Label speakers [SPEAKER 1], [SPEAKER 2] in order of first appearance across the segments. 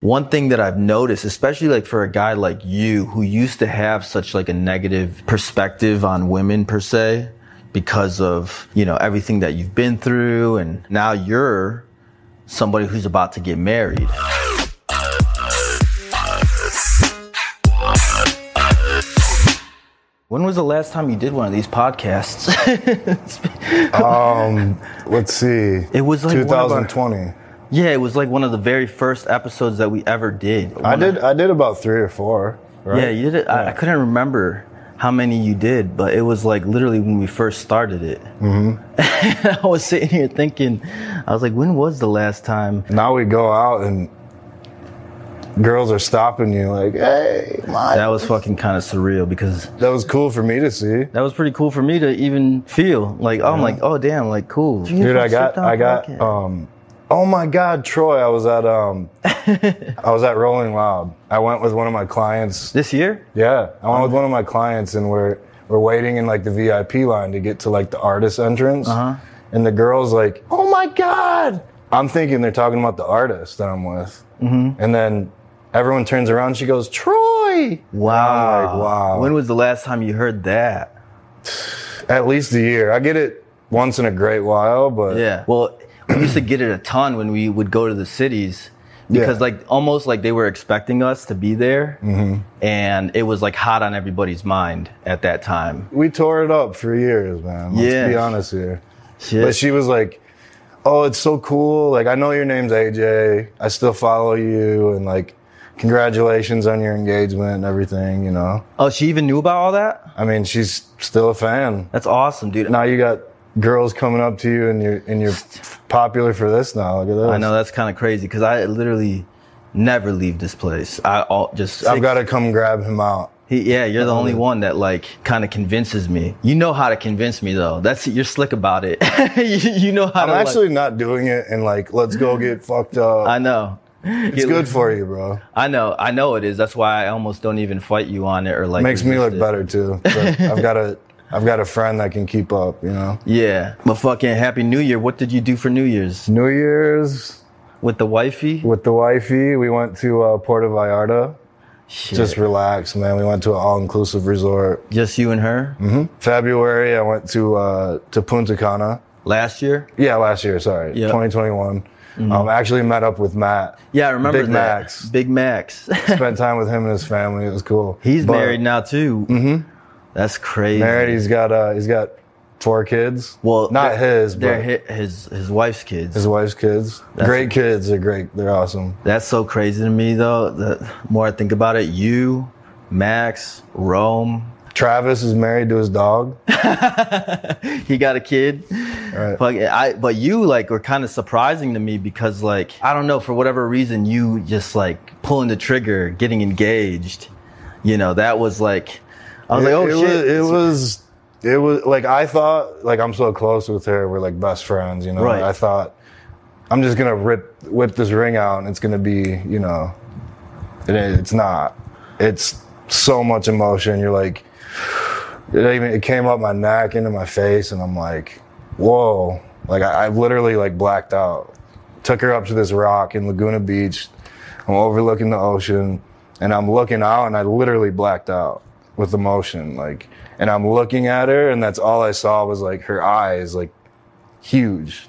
[SPEAKER 1] one thing that I've noticed, especially like for a guy like you who used to have such like a negative perspective on women per se, because of, you know, everything that you've been through and now you're somebody who's about to get married. When was the last time you did one of these podcasts?
[SPEAKER 2] Um, let's see.
[SPEAKER 1] It was like one of our-
[SPEAKER 2] 2020.
[SPEAKER 1] yeah, it was like one of the very first episodes that we ever did.
[SPEAKER 2] I
[SPEAKER 1] One of-
[SPEAKER 2] did. I did about three or four. Right?
[SPEAKER 1] Yeah, you did it. I, I couldn't remember how many you did, but it was like literally when we first started it. Mm-hmm. I was sitting here thinking, I was like, when was the last time?
[SPEAKER 2] Now we go out and girls are stopping you like, hey, my.
[SPEAKER 1] That was fucking kind of surreal because
[SPEAKER 2] That was cool for me to see.
[SPEAKER 1] that was pretty cool for me to even feel like, oh, I'm like, oh damn, like cool.
[SPEAKER 2] Dude, I got, I got, um, oh my God, Troy, I was at, um, I was at Rolling Loud. I went with one of my clients.
[SPEAKER 1] this year.
[SPEAKER 2] Yeah, I went with one of my clients, and we're we're waiting in like the VIP line to get to like the artist entrance,
[SPEAKER 1] Uh-huh.
[SPEAKER 2] and the girls like, oh my God, I'm thinking they're talking about the artist that I'm with,
[SPEAKER 1] Mm-hmm.
[SPEAKER 2] and then everyone turns around. She goes, Troy.
[SPEAKER 1] Wow.
[SPEAKER 2] I'm like, wow.
[SPEAKER 1] When was the last time you heard that?
[SPEAKER 2] At least a year. I get it once in a great while, but
[SPEAKER 1] Yeah. Well, we used to get it a ton when we would go to the cities because
[SPEAKER 2] Yeah. Mm-hmm.
[SPEAKER 1] like almost like they were expecting us to be there and it was like hot on everybody's mind at that time.
[SPEAKER 2] we tore it up for years, man. Let's
[SPEAKER 1] Yeah.
[SPEAKER 2] be honest here.
[SPEAKER 1] Shit.
[SPEAKER 2] But she was like, "Oh, it's so cool. Like I know your name's AJ. I still follow you and like congratulations on your engagement and everything, you know.
[SPEAKER 1] oh, she even knew about all that?
[SPEAKER 2] I mean, she's still a fan.
[SPEAKER 1] That's awesome, dude.
[SPEAKER 2] Now you got girls coming up to you and you're and you're popular for this now. Look at this.
[SPEAKER 1] I know that's kind of crazy because I literally never leave this place. I all just
[SPEAKER 2] I've got to come grab him out.
[SPEAKER 1] He, yeah, you're the
[SPEAKER 2] Uh-huh.
[SPEAKER 1] only one that like kind of convinces me. You know how to convince me though. That's you're slick about it. you, you know how
[SPEAKER 2] I'm
[SPEAKER 1] to like-
[SPEAKER 2] actually not doing it and like let's go get fucked up.
[SPEAKER 1] I know.
[SPEAKER 2] it's good for you, bro.
[SPEAKER 1] I know, I know it is. That's why I almost don't even fight you on it or like
[SPEAKER 2] Makes me
[SPEAKER 1] resist
[SPEAKER 2] look
[SPEAKER 1] it.
[SPEAKER 2] better too. But I've got a I've got a friend that can keep up, you know.
[SPEAKER 1] Yeah, but fucking happy New Year. What did you do for New Year's
[SPEAKER 2] New Year's,
[SPEAKER 1] with the wifey?
[SPEAKER 2] with the wifey. We went to uh, Puerto Vallarta.
[SPEAKER 1] Shit.
[SPEAKER 2] Just relax, man. We went to an all-inclusive resort.
[SPEAKER 1] Just you and her
[SPEAKER 2] Mm-hmm. February, I went to uh, to Punta Cana.
[SPEAKER 1] last year.
[SPEAKER 2] Yeah, last year. Sorry,
[SPEAKER 1] Yeah. Mm-hmm.
[SPEAKER 2] 2021. Um, I actually met up with Matt.
[SPEAKER 1] Yeah, I remember
[SPEAKER 2] Big
[SPEAKER 1] that.
[SPEAKER 2] Max.
[SPEAKER 1] Big Max.
[SPEAKER 2] Spent time with him and his family. It was cool.
[SPEAKER 1] He's
[SPEAKER 2] But
[SPEAKER 1] married now too. Mm-hmm. That's crazy.
[SPEAKER 2] Married. He's got uh, he's got four kids.
[SPEAKER 1] Well,
[SPEAKER 2] not
[SPEAKER 1] they're-
[SPEAKER 2] his,
[SPEAKER 1] They're
[SPEAKER 2] but
[SPEAKER 1] hi- his his wife's kids.
[SPEAKER 2] his wife's kids. great kids. They're great. They're awesome.
[SPEAKER 1] That's so crazy to me though. The more I think about it, you, Max, Rome.
[SPEAKER 2] Travis is married to his dog.
[SPEAKER 1] He got a kid.
[SPEAKER 2] Right.
[SPEAKER 1] Fuck, I, but you like were kind of surprising to me because like I don't know for whatever reason you just like pulling the trigger, getting engaged. You know that was like I was like oh
[SPEAKER 2] it,
[SPEAKER 1] shit.
[SPEAKER 2] it Was, it was it was like I thought like I'm so close with her, we're like best friends, you know.
[SPEAKER 1] Right.
[SPEAKER 2] I thought I'm just gonna rip whip this ring out and it's gonna be, you know it, it's not. It's so much emotion. You're like it even it came up my neck into my face and I'm like, whoa. Like I, I literally like blacked out. Took her up to this rock in Laguna Beach. I'm overlooking the ocean and I'm looking out and I literally blacked out with emotion. Like, and I'm looking at her and that's all I saw was like her eyes, like huge.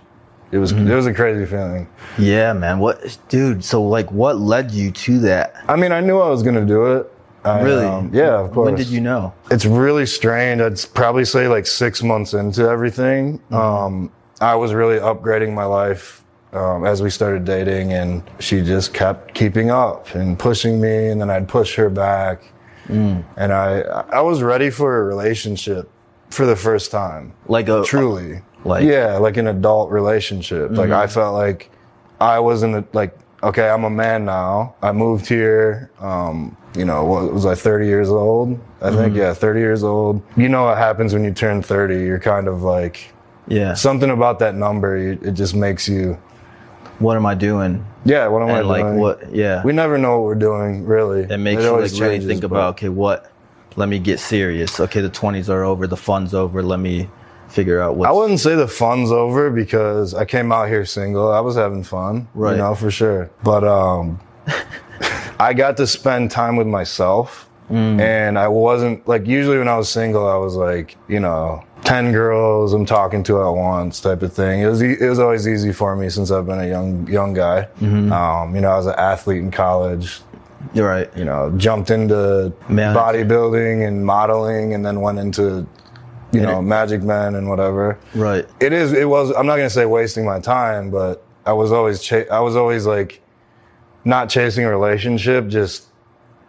[SPEAKER 2] It was,
[SPEAKER 1] Mm-hmm.
[SPEAKER 2] it was a crazy feeling.
[SPEAKER 1] yeah, man. What dude? So like what led you to that?
[SPEAKER 2] I mean, I knew I was going to do it. I,
[SPEAKER 1] Really?
[SPEAKER 2] um, yeah, of course.
[SPEAKER 1] When did you know?
[SPEAKER 2] it's really strange. I'd s- probably say like six months into everything. Um, I was really upgrading my life um, as we started dating, and she just kept keeping up and pushing me, and then I'd push her back. And I, I was ready for a relationship for the first time,
[SPEAKER 1] Like a
[SPEAKER 2] truly.
[SPEAKER 1] like- Mm-hmm.
[SPEAKER 2] yeah, like an adult relationship. Like I felt like I wasn't a- like okay, I'm a man now. I moved here. Um, you know, what was I 30 years old? I
[SPEAKER 1] Mm-hmm.
[SPEAKER 2] think yeah, 30 years old. You know what happens when you turn 30? You're kind of like
[SPEAKER 1] yeah.
[SPEAKER 2] something about that number. you- It just makes you
[SPEAKER 1] what am I doing?
[SPEAKER 2] yeah. What am I
[SPEAKER 1] And like
[SPEAKER 2] doing?
[SPEAKER 1] what? Yeah.
[SPEAKER 2] We never know what we're doing really.
[SPEAKER 1] It makes you like
[SPEAKER 2] always
[SPEAKER 1] really
[SPEAKER 2] changes,
[SPEAKER 1] think
[SPEAKER 2] but-
[SPEAKER 1] about okay, what? Let me get serious. Okay, the twenties are over. The fun's over. Let me figure out what.
[SPEAKER 2] I wouldn't say the fun's over because I came out here single. I was having fun,
[SPEAKER 1] Right.
[SPEAKER 2] You know, for sure. But um, I got to spend time with myself.
[SPEAKER 1] Mm.
[SPEAKER 2] And I wasn't like usually when I was single, I was like, you know, 10 girls I'm talking to at once type of thing. It was, e- it was always easy for me since I've been a young, young guy.
[SPEAKER 1] Mm-hmm.
[SPEAKER 2] Um, you know, I was an athlete in college,
[SPEAKER 1] You're right.
[SPEAKER 2] you know, jumped into
[SPEAKER 1] Man.
[SPEAKER 2] bodybuilding and modeling and then went into, you know, Magic Men and whatever
[SPEAKER 1] Right.
[SPEAKER 2] it is it was i'm not going to say wasting my time but i was always cha- i was always like not chasing a relationship just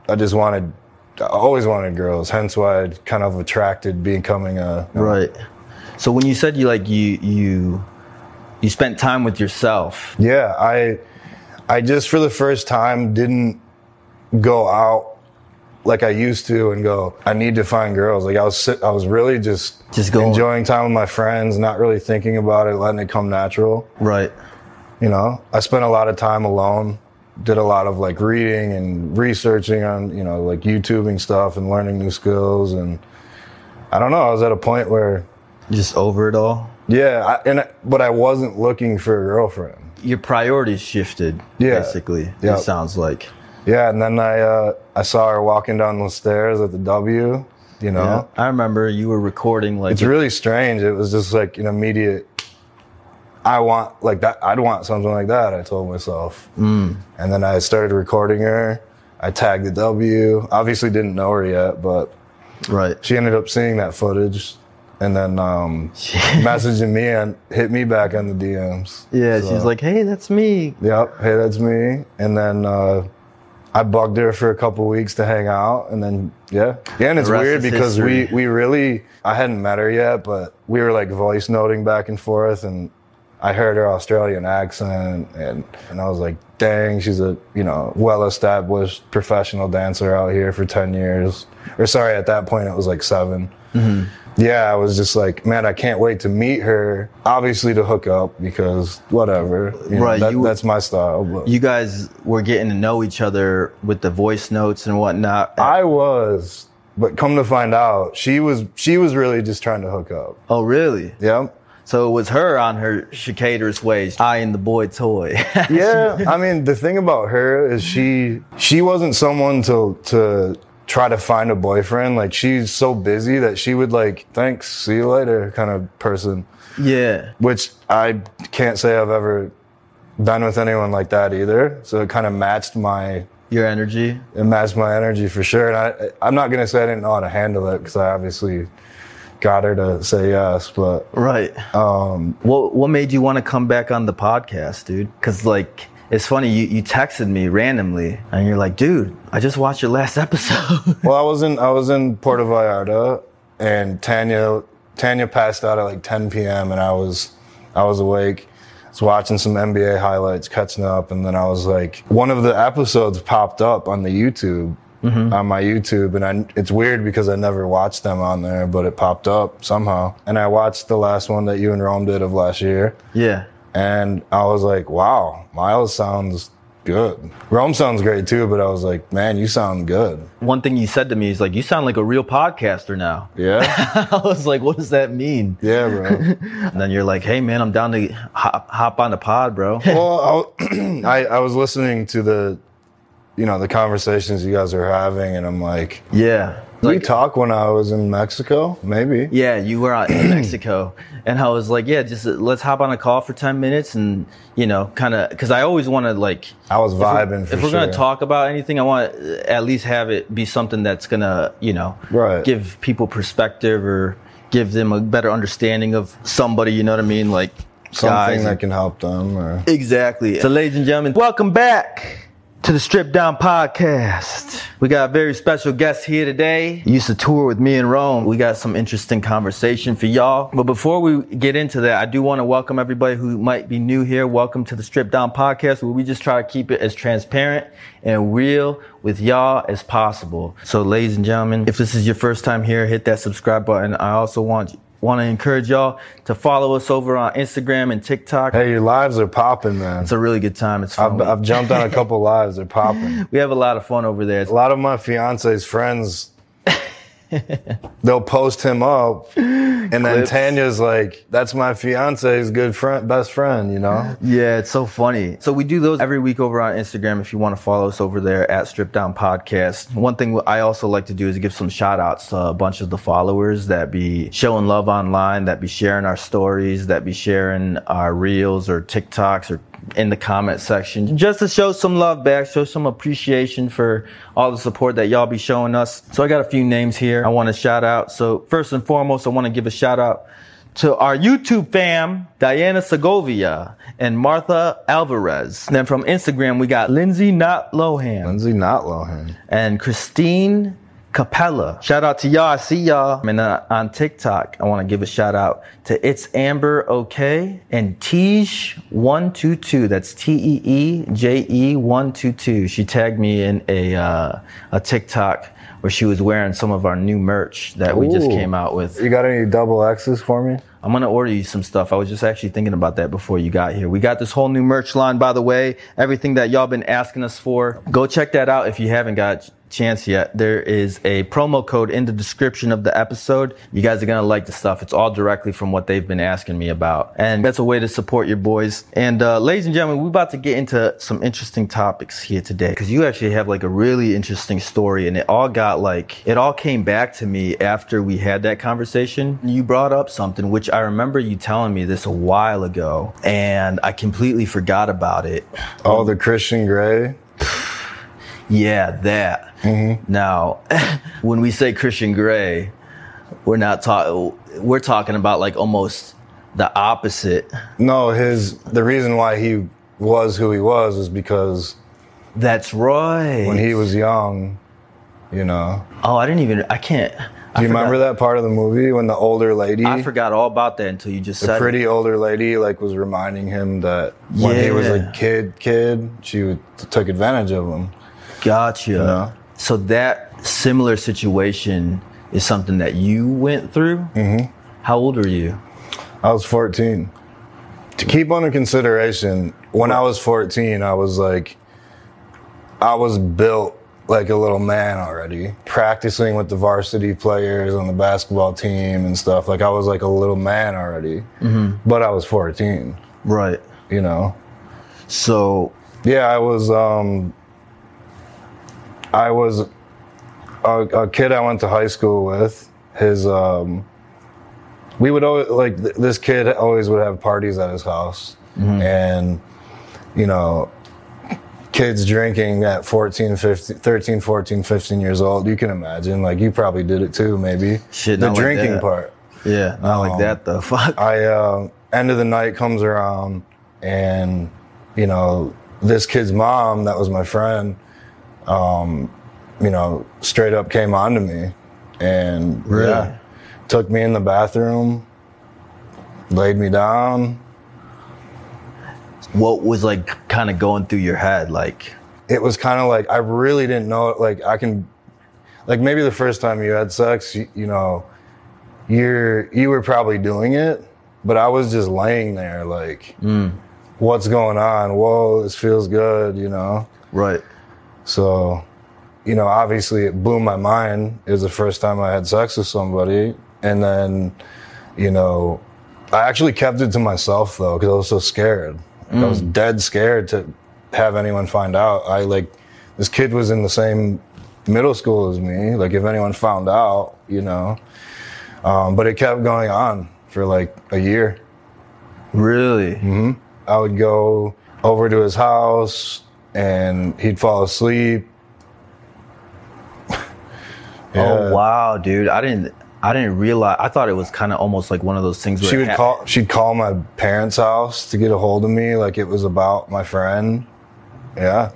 [SPEAKER 2] i just wanted i always wanted girls hence why i kind of attracted becoming a
[SPEAKER 1] Right. So when you said you like you you you spent time with yourself.
[SPEAKER 2] yeah i i just for the first time didn't go out like i used to and go i need to find girls like i was sit- i was really just
[SPEAKER 1] Just going.
[SPEAKER 2] enjoying time with my friends not really thinking about it letting it come natural
[SPEAKER 1] Right.
[SPEAKER 2] you know i spent a lot of time alone did a lot of like reading and researching on you know like youtubing stuff and learning new skills and i don't know i was at a point where
[SPEAKER 1] Just over it all.
[SPEAKER 2] yeah I, and I, but i wasn't looking for a girlfriend
[SPEAKER 1] Your priorities shifted
[SPEAKER 2] Yeah.
[SPEAKER 1] basically.
[SPEAKER 2] Yeah.
[SPEAKER 1] It sounds like.
[SPEAKER 2] yeah and then i uh i saw her walking down the stairs at the w you know
[SPEAKER 1] Yeah. I remember you were recording like
[SPEAKER 2] Uh-huh. it's really strange it was just like an immediate i want like that i'd want something like that i told myself mm. and then i started recording her i tagged the w obviously didn't know her yet but
[SPEAKER 1] right.
[SPEAKER 2] she ended up seeing that footage and then um, messaging me and hit me back on the dms
[SPEAKER 1] Yeah,
[SPEAKER 2] So-
[SPEAKER 1] she's like, "Hey, that's me."
[SPEAKER 2] Yep. Hey, that's me. And then uh, I bugged her for a couple weeks to hang out, and then yeah, yeah. And it's
[SPEAKER 1] The rest
[SPEAKER 2] weird
[SPEAKER 1] is
[SPEAKER 2] because
[SPEAKER 1] history.
[SPEAKER 2] we we really I hadn't met her yet, but we were like voice noting back and forth, and I heard her Australian accent, and and I was like, dang, she's a you know well established professional dancer out here for ten years, or sorry, at that point it was like 7
[SPEAKER 1] Mm-hmm.
[SPEAKER 2] Yeah, I was just like, man, I can't wait to meet her. Obviously, to hook up because whatever, you know,
[SPEAKER 1] Right,
[SPEAKER 2] that-
[SPEAKER 1] you-
[SPEAKER 2] that's my style. But.
[SPEAKER 1] You guys were getting to know each other with the voice notes and whatnot.
[SPEAKER 2] I was, but come to find out, she was she was really just trying to hook up.
[SPEAKER 1] oh, really?
[SPEAKER 2] Yep.
[SPEAKER 1] So it was her on her chicanerous ways. I and the boy toy.
[SPEAKER 2] Yeah. I mean, the thing about her is she she wasn't someone to to try to find a boyfriend. Like she's so busy that she would like, thanks, see you later, kind of person.
[SPEAKER 1] yeah.
[SPEAKER 2] Which I can't say I've ever been with anyone like that either. So it kind of matched my
[SPEAKER 1] Your energy.
[SPEAKER 2] it matched my energy for sure. And I I'm not gonna say I didn't know how to handle it because I obviously got her to say yes, but
[SPEAKER 1] Right.
[SPEAKER 2] um
[SPEAKER 1] What what made you want to come back on the podcast, dude? Cuz like it's funny you, you texted me randomly and you're like, "Dude, I just watched your last episode."
[SPEAKER 2] Well, I was in I was in Puerto Vallarta, and Tanya Tanya passed out at like 10 p.m. and I was I was awake. I was watching some NBA highlights, catching up, and then I was like, one of the episodes popped up on the YouTube on my YouTube, and I, it's weird because I never watched them on there, but it popped up somehow, and I watched the last one that you and Rome did of last year.
[SPEAKER 1] yeah.
[SPEAKER 2] And I was like, wow, Miles sounds good. Rome sounds great too, but I was like, man, you sound good.
[SPEAKER 1] One thing you said to me is like, "You sound like a real podcaster now."
[SPEAKER 2] Yeah.
[SPEAKER 1] I was like, "What does that mean?"
[SPEAKER 2] Yeah, bro.
[SPEAKER 1] And then you're like, "Hey man, I'm down to hop, hop on the pod, bro."
[SPEAKER 2] well, I, I I was listening to the, you know, the conversations you guys are having, and I'm like,
[SPEAKER 1] yeah.
[SPEAKER 2] we talk when I was in Mexico, maybe.
[SPEAKER 1] Yeah, you were out in Mexico, and I was like, "Yeah, just uh, let's hop on a call for ten minutes, and you know, kind of, because I always want to like,
[SPEAKER 2] I was vibing for
[SPEAKER 1] if we're
[SPEAKER 2] sure.
[SPEAKER 1] gonna talk about anything, I want to at least have it be something that's gonna, you know,
[SPEAKER 2] Right.
[SPEAKER 1] give people perspective or give them a better understanding of somebody. You know what I mean? Like
[SPEAKER 2] something
[SPEAKER 1] guys.
[SPEAKER 2] that can help them, or
[SPEAKER 1] exactly. So, ladies and gentlemen, welcome back. To the Strip Down Podcast. We got a very special guest here today. He used to tour with me in Rome. We got some interesting conversation for y'all. But before we get into that, I do want to welcome everybody who might be new here. Welcome to the Strip Down Podcast, where we just try to keep it as transparent and real with y'all as possible. So, ladies and gentlemen, if this is your first time here, hit that subscribe button. I also want want to encourage y'all to follow us over on Instagram and TikTok.
[SPEAKER 2] hey, your lives are popping, man.
[SPEAKER 1] It's a really good time. It's fun.
[SPEAKER 2] I've, I've jumped on a couple lives; they're popping.
[SPEAKER 1] we have a lot of fun over there.
[SPEAKER 2] A lot of my fiance's friends, they'll post him up, And then
[SPEAKER 1] Clips.
[SPEAKER 2] Tanya's like, that's my fiance's good friend, best friend, you know?
[SPEAKER 1] Yeah, it's so funny. So we do those every week over on Instagram. If you want to follow us over there at Strip Down Podcast. One thing I also like to do is give some shout outs to a bunch of the followers that be showing love online, that be sharing our stories, that be sharing our reels or TikToks or in the comment section just to show some love back, show some appreciation for all the support that y'all be showing us. So I got a few names here I want to shout out. So first and foremost, I want to give a shout out to our YouTube fam, Diana Segovia and Martha Alvarez. And then from Instagram, we got Lindsay Not Lohan
[SPEAKER 2] Lindsay not Lohan.
[SPEAKER 1] and Christine Capella. Shout out to y'all. I see y'all. And uh, on TikTok, I want to give a shout out to It's Amber OK and Tej122. That's T E E J E 122. She tagged me in a, uh, a TikTok where she was wearing some of our new merch that we just
[SPEAKER 2] Ooh.
[SPEAKER 1] came out with.
[SPEAKER 2] You got any double X's for me?
[SPEAKER 1] I'm gonna order you some stuff. I was just actually thinking about that before you got here. We got this whole new merch line, by the way. Everything that y'all been asking us for, go check that out if you haven't got a chance yet. There is a promo code in the description of the episode. You guys are gonna like the stuff. It's all directly from what they've been asking me about, and that's a way to support your boys. And uh, ladies and gentlemen, we're about to get into some interesting topics here today because you actually have like a really interesting story, and it all got like it all came back to me after we had that conversation. You brought up something which I remember you telling me this a while ago, and I completely forgot about it.
[SPEAKER 2] Oh, the Christian Gray?
[SPEAKER 1] Yeah, that.
[SPEAKER 2] Mm-hmm.
[SPEAKER 1] Now, when we say Christian Gray, we're not talking. We're talking about like almost the opposite.
[SPEAKER 2] No, his, the reason why he was who he was is because
[SPEAKER 1] That's right.
[SPEAKER 2] when he was young, you know.
[SPEAKER 1] oh, I didn't even. I can't.
[SPEAKER 2] Do you remember that part of the movie when the older lady,
[SPEAKER 1] I forgot all about that until you just
[SPEAKER 2] the
[SPEAKER 1] said it.
[SPEAKER 2] pretty older lady, like was reminding him that when he was
[SPEAKER 1] Yeah.
[SPEAKER 2] a kid, kid, she would, took advantage of him.
[SPEAKER 1] Gotcha.
[SPEAKER 2] know?
[SPEAKER 1] So that similar situation is something that you went through. Mm-hmm. How old are you?
[SPEAKER 2] I was 14. To keep under consideration, when I was 14, I was like, I was built like a little man already, practicing with the varsity players on the basketball team and stuff. Like, I was like a little man already,
[SPEAKER 1] Mm-hmm.
[SPEAKER 2] but I was 14,
[SPEAKER 1] Right.
[SPEAKER 2] you know?
[SPEAKER 1] So
[SPEAKER 2] Yeah, I was, um, I was a, a kid I went to high school with. His, um, we would always like th- this kid always would have parties at his house,
[SPEAKER 1] Mm-hmm.
[SPEAKER 2] and you know, kids drinking at 14, 15, 13, 14, 15 years old. You can imagine, like you probably did it too, maybe.
[SPEAKER 1] Shit,
[SPEAKER 2] the
[SPEAKER 1] not like
[SPEAKER 2] drinking
[SPEAKER 1] that.
[SPEAKER 2] part.
[SPEAKER 1] yeah, not like
[SPEAKER 2] Um,
[SPEAKER 1] that though. Fuck.
[SPEAKER 2] I uh, end of the night comes around, and you know this kid's mom that was my friend, um, you know straight up came on to me, and
[SPEAKER 1] Really?
[SPEAKER 2] yeah, took me in the bathroom, laid me down.
[SPEAKER 1] what was like kind of going through your head? Like,
[SPEAKER 2] It was kind of like I really didn't know. Like I can, like maybe the first time you had sex, you, you know, you're you were probably doing it, but I was just laying there like. What's going on? Whoa, this feels good, you know?
[SPEAKER 1] right.
[SPEAKER 2] So, you know, obviously it blew my mind. It was the first time I had sex with somebody. And then, you know, I actually kept it to myself though, because I was so scared. I was dead scared to have anyone find out. I like, this kid was in the same middle school as me. Like, if anyone found out, you know. Um, but it kept going on for like a year.
[SPEAKER 1] Really?
[SPEAKER 2] Mm-hmm. I would go over to his house and he'd fall asleep.
[SPEAKER 1] Oh wow, dude. I didn't. I didn't realize. I thought it was kind of almost like one of those things where
[SPEAKER 2] She
[SPEAKER 1] it
[SPEAKER 2] would
[SPEAKER 1] ha-
[SPEAKER 2] call she'd call my parents' house to get a hold of me like it was about my friend. Yeah.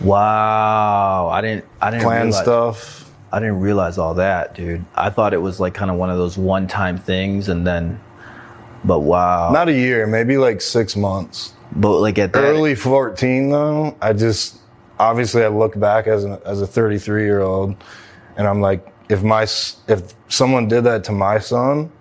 [SPEAKER 1] Wow, I didn't. I didn't
[SPEAKER 2] Plan
[SPEAKER 1] realize-
[SPEAKER 2] stuff.
[SPEAKER 1] I didn't realize all that, dude. I thought it was like kind of one of those one-time things, and then. But wow.
[SPEAKER 2] Not a year, maybe like six months.
[SPEAKER 1] But like at that,
[SPEAKER 2] Early fourteen though, I just obviously I look back as an, as a thirty three year old and I'm like, if my s- if someone did that to my son,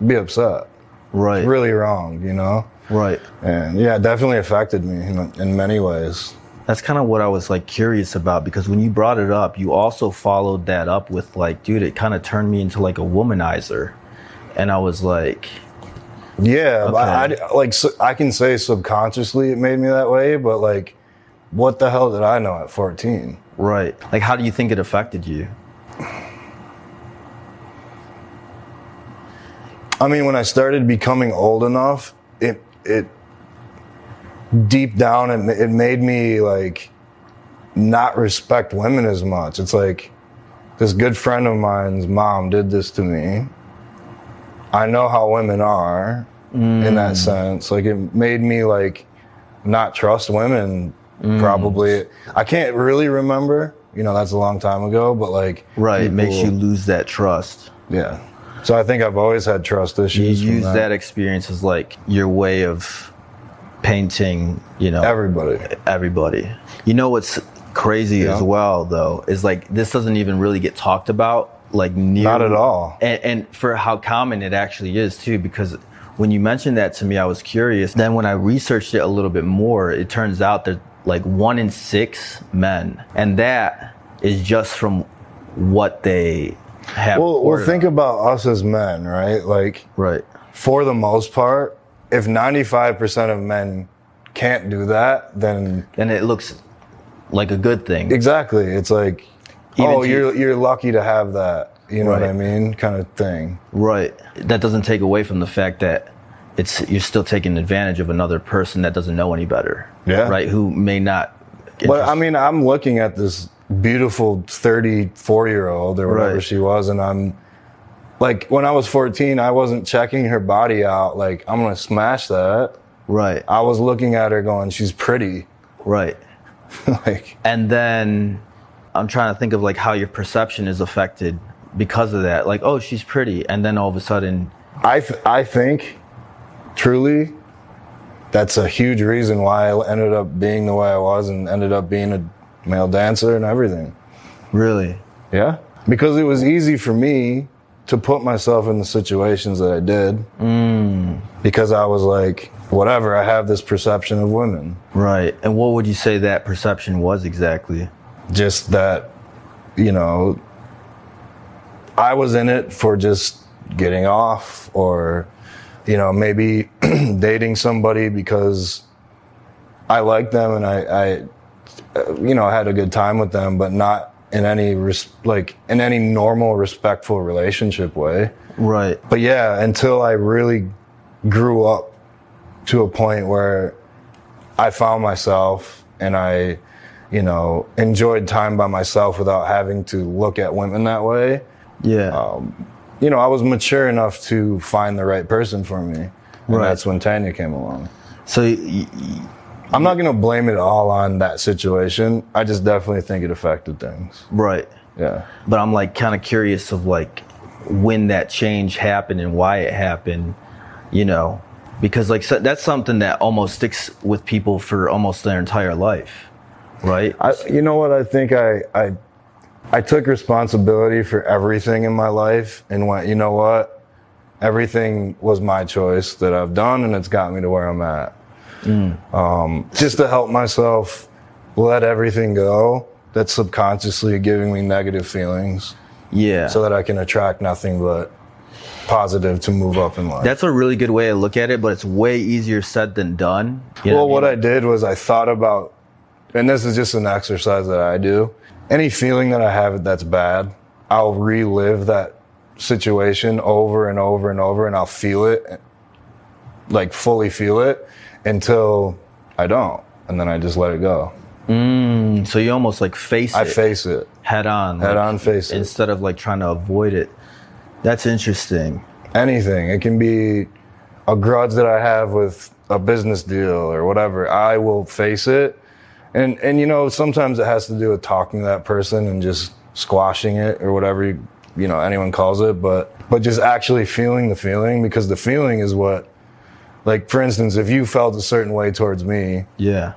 [SPEAKER 2] I'd be upset.
[SPEAKER 1] right,
[SPEAKER 2] Really wrong, you know?
[SPEAKER 1] right.
[SPEAKER 2] And yeah, it definitely affected me in, in many ways.
[SPEAKER 1] That's kind of what I was like curious about because when you brought it up, you also followed that up with like, dude, it kind of turned me into like a womanizer, and I was like,
[SPEAKER 2] Yeah, but
[SPEAKER 1] Okay.
[SPEAKER 2] I, I- like so, I can say subconsciously it made me that way, but like, what the hell did I know at 14?
[SPEAKER 1] right. Like, how do you think it affected you?
[SPEAKER 2] I mean, when I started becoming old enough, it it deep down it, ma- it made me like not respect women as much. It's like this good friend of mine's mom did this to me. I know how women are in
[SPEAKER 1] Mm.
[SPEAKER 2] that sense. Like it made me like not trust women
[SPEAKER 1] Mm.
[SPEAKER 2] probably. I can't really remember. You know, that's a long time ago, but like
[SPEAKER 1] Right. It makes you
[SPEAKER 2] people-
[SPEAKER 1] lose that trust.
[SPEAKER 2] yeah. So I think I've always had trust
[SPEAKER 1] You
[SPEAKER 2] issues. from
[SPEAKER 1] use that. experience as like your way of painting, you know,
[SPEAKER 2] Everybody.
[SPEAKER 1] everybody. You know what's crazy
[SPEAKER 2] Yeah.
[SPEAKER 1] as well though is like this doesn't even really get talked about like near
[SPEAKER 2] Not at all.
[SPEAKER 1] and, and for how common it actually is too because when you mentioned that to me i was curious then when i researched it a little bit more it turns out that like one in six men and that is just from what they have
[SPEAKER 2] Well, well,
[SPEAKER 1] ordered.
[SPEAKER 2] think about us as men, right? Like,
[SPEAKER 1] right
[SPEAKER 2] for the most part, if 95% of men can't do that, then
[SPEAKER 1] and it looks like a good thing
[SPEAKER 2] exactly. It's like,
[SPEAKER 1] Even
[SPEAKER 2] oh,
[SPEAKER 1] if you-
[SPEAKER 2] you're, you're lucky to have that. You know what I
[SPEAKER 1] Right.
[SPEAKER 2] mean? Kind of thing.
[SPEAKER 1] Right. That doesn't take away from the fact that it's you're still taking advantage of another person that doesn't know any better.
[SPEAKER 2] Yeah.
[SPEAKER 1] Right. Who may not.
[SPEAKER 2] But I mean, I'm looking at this beautiful 34 year old or whatever
[SPEAKER 1] Right.
[SPEAKER 2] she was, and I'm like, when I was 14, I wasn't checking her body out. Like, I'm going to smash that.
[SPEAKER 1] right.
[SPEAKER 2] I was looking at her going, she's pretty.
[SPEAKER 1] Right.
[SPEAKER 2] like,
[SPEAKER 1] And then I'm trying to think of like how your perception is affected because of that. Like, oh, she's pretty, and then all of a sudden,
[SPEAKER 2] I, th- I think truly that's a huge reason why I ended up being the way I was and ended up being a male dancer and everything.
[SPEAKER 1] really,
[SPEAKER 2] Yeah. Because it was easy for me to put myself in the situations that I did. Mm. Because I was like, whatever, I have this perception of women.
[SPEAKER 1] right. And what would you say that perception was exactly?
[SPEAKER 2] Just that, you know, I was in it for just getting off or, you know, maybe dating somebody because I liked them and I, I, uh, you know, had a good time with them, but not in any res- like in any normal respectful relationship way.
[SPEAKER 1] Right.
[SPEAKER 2] But yeah, until I really grew up to a point where I found myself and I, you know, enjoyed time by myself without having to look at women that way.
[SPEAKER 1] Yeah.
[SPEAKER 2] You know, I was mature enough to find the right person for me. And
[SPEAKER 1] Right.
[SPEAKER 2] that's when Tanya came along.
[SPEAKER 1] so y- y-
[SPEAKER 2] I'm not going to blame it all on that situation. I just definitely think it affected things.
[SPEAKER 1] right.
[SPEAKER 2] Yeah.
[SPEAKER 1] but I'm like kind of curious of like when that change happened and why it happened, you know, because like so that's something that almost sticks with people for almost their entire life, right?
[SPEAKER 2] I, you know what? I think I, I, I took responsibility for everything in my life and went, you know what? Everything was my choice that I've done and it's got me to where I'm at. Um, just to help myself let everything go that's subconsciously giving me negative feelings
[SPEAKER 1] yeah.
[SPEAKER 2] so that I can attract nothing but positive to move up in life.
[SPEAKER 1] that's a really good way to look at it, but it's way easier said than done. You know
[SPEAKER 2] well,
[SPEAKER 1] what
[SPEAKER 2] what I did was I thought about, and this is just an exercise that I do. Any feeling that I have that's bad, I'll relive that situation over and over and over, and I'll feel it, like fully feel it, until I don't, and then I just let it go.
[SPEAKER 1] I mean? so you almost like face
[SPEAKER 2] I
[SPEAKER 1] it
[SPEAKER 2] face it.
[SPEAKER 1] head on,
[SPEAKER 2] Head on, face it.
[SPEAKER 1] instead of like trying to avoid it. That's interesting.
[SPEAKER 2] anything. It can be a grudge that I have with a business deal or whatever. I will face it. And and you know, sometimes it has to do with talking to that person and just squashing it or whatever you, you know anyone calls it, but but just actually feeling the feeling because the feeling is what like for instance, if you felt a certain way towards me,
[SPEAKER 1] Yeah.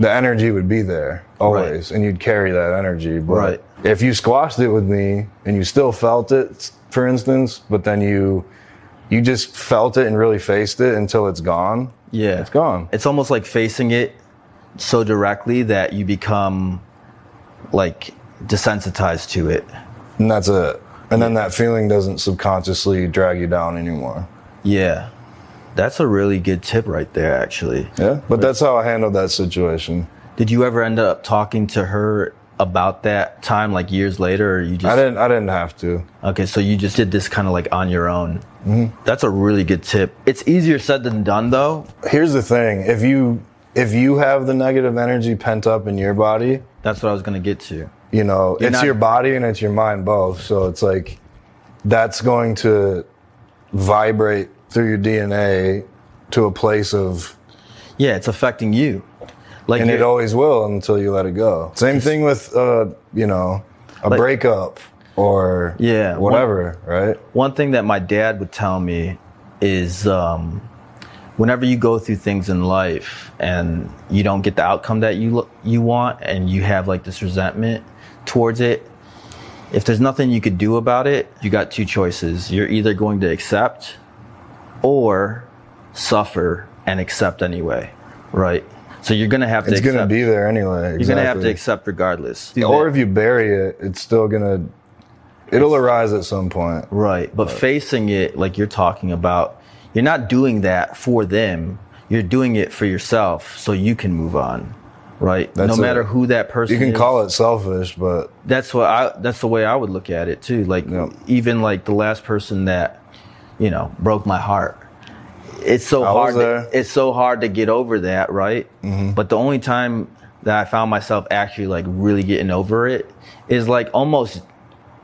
[SPEAKER 2] the energy would be there always and you'd carry that energy but
[SPEAKER 1] Right.
[SPEAKER 2] if you squashed it with me and you still felt it for instance but then you you just felt it and really faced it until it's gone
[SPEAKER 1] Yeah.
[SPEAKER 2] it's gone
[SPEAKER 1] it's almost like facing it so directly that you become like desensitized to it.
[SPEAKER 2] and that's it And then that feeling doesn't subconsciously drag you down anymore.
[SPEAKER 1] Yeah. That's a really good tip right there, actually.
[SPEAKER 2] Yeah. But that's how I handled that situation.
[SPEAKER 1] Did you ever end up talking to her about that time, like years later, or you just
[SPEAKER 2] I didn't I didn't have to.
[SPEAKER 1] Okay, so you just did this kind of like on your own.
[SPEAKER 2] Mm-hmm.
[SPEAKER 1] That's a really good tip. It's easier said than done, though.
[SPEAKER 2] Here's the thing. If you if you have the negative energy pent up in your body,
[SPEAKER 1] That's what I was gonna get to.
[SPEAKER 2] you know, it's
[SPEAKER 1] not-
[SPEAKER 2] your body and it's your mind both. So it's like that's going to vibrate through your DNA to a place of
[SPEAKER 1] Yeah, it's affecting you. Like
[SPEAKER 2] and it
[SPEAKER 1] you're-
[SPEAKER 2] always will until you let it go. Same thing with uh, you know, a
[SPEAKER 1] Like-
[SPEAKER 2] breakup or
[SPEAKER 1] Yeah, one-
[SPEAKER 2] whatever, right?
[SPEAKER 1] one thing that my dad would tell me is um, whenever you go through things in life and you don't get the outcome that you lo- you want and you have like this resentment towards it if there's nothing you could do about it you got two choices you're either going to accept or suffer and accept anyway right so you're going to have to
[SPEAKER 2] It's
[SPEAKER 1] accept
[SPEAKER 2] going to be there anyway.
[SPEAKER 1] you're going to have to
[SPEAKER 2] exactly.
[SPEAKER 1] accept regardless
[SPEAKER 2] or if you bury it, it's still gonna it'll arise at some point.
[SPEAKER 1] Right. But facing it, like you're talking about, you're not doing that for them. You're doing it for yourself so you can move on. Right.
[SPEAKER 2] That's
[SPEAKER 1] no
[SPEAKER 2] it.
[SPEAKER 1] matter who that person
[SPEAKER 2] You can
[SPEAKER 1] is,
[SPEAKER 2] call it selfish, but
[SPEAKER 1] That's what I, that's the way I would look at it too. Like even like the last person that, you know, broke my heart. It's so
[SPEAKER 2] was
[SPEAKER 1] hard.
[SPEAKER 2] there. Mm-hmm.
[SPEAKER 1] To, it's so hard to get over that. Right. But the only time that I found myself actually like really getting over it is like almost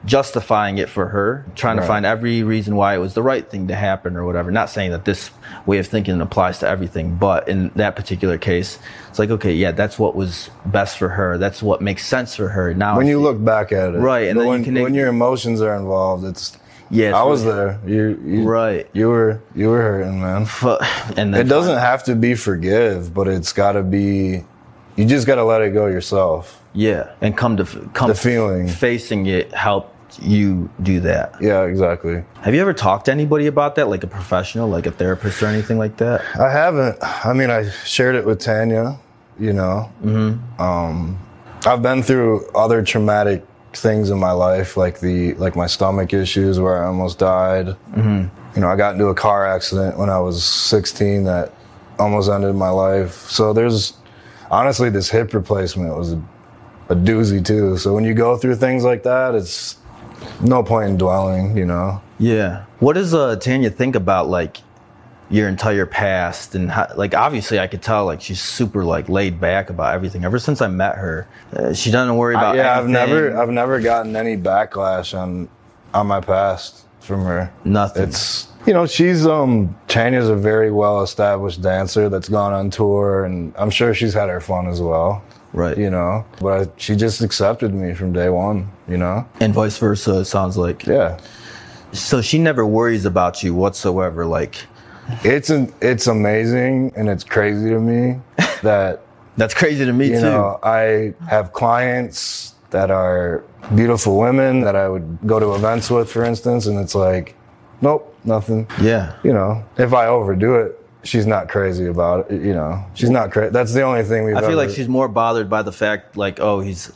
[SPEAKER 1] justifying it for her, trying to
[SPEAKER 2] Right.
[SPEAKER 1] find every reason why it was the right thing to happen or whatever. Not saying that this way of thinking applies to everything, but in that particular case, it's like, okay, yeah, that's what was best for her. That's what makes sense for her. Now,
[SPEAKER 2] when
[SPEAKER 1] I
[SPEAKER 2] you
[SPEAKER 1] see-
[SPEAKER 2] look back at it,
[SPEAKER 1] Right, and
[SPEAKER 2] but
[SPEAKER 1] then you
[SPEAKER 2] when,
[SPEAKER 1] can-
[SPEAKER 2] when your emotions are involved, it's
[SPEAKER 1] yeah, it's
[SPEAKER 2] I was
[SPEAKER 1] really-
[SPEAKER 2] there. You, you
[SPEAKER 1] Right.
[SPEAKER 2] You were you were hurting, man.
[SPEAKER 1] fu- and
[SPEAKER 2] It
[SPEAKER 1] then
[SPEAKER 2] doesn't have to be forgive, but it's got to be. You just got to let it go yourself.
[SPEAKER 1] yeah, and come to f- come
[SPEAKER 2] The feeling.
[SPEAKER 1] facing it helped you do that.
[SPEAKER 2] Yeah, exactly.
[SPEAKER 1] Have you ever talked to anybody about that, like a professional, like a therapist or anything like that?
[SPEAKER 2] I haven't. I mean, I shared it with Tanya. You know, mm-hmm. um, I've been through other traumatic things in my life, like the like my stomach issues where I almost died. Mm-hmm. You know, I got into a car accident when I was 16 that almost ended my life. So there's honestly this hip replacement was a, a doozy too. So when you go through things like that, it's no point in dwelling. You know,
[SPEAKER 1] Yeah. What does uh, Tanya think about like your entire past and how, like obviously I could tell like she's super like laid back about everything. Ever since I met her, uh, she doesn't worry about
[SPEAKER 2] yeah, I've
[SPEAKER 1] anything.
[SPEAKER 2] never uh, I've never gotten any backlash on on my past from her.
[SPEAKER 1] nothing.
[SPEAKER 2] It's you know, she's um Tanya's a very well established dancer that's gone on tour and I'm sure she's had her fun as well.
[SPEAKER 1] right.
[SPEAKER 2] You know, but I, she just accepted me from day one, you know?
[SPEAKER 1] and vice versa. It sounds like.
[SPEAKER 2] Yeah.
[SPEAKER 1] So she never worries about you whatsoever. Like
[SPEAKER 2] It's an, it's amazing and it's crazy to me that
[SPEAKER 1] that's crazy to me
[SPEAKER 2] you
[SPEAKER 1] too.
[SPEAKER 2] know, I have clients that are beautiful women that I would go to events with, for instance, and it's like, nope, nothing.
[SPEAKER 1] Yeah.
[SPEAKER 2] You know, if I overdo it, she's not crazy about it. You know, she's not crazy. That's the only thing we've
[SPEAKER 1] I feel like
[SPEAKER 2] ever-
[SPEAKER 1] she's more bothered by the fact like oh he's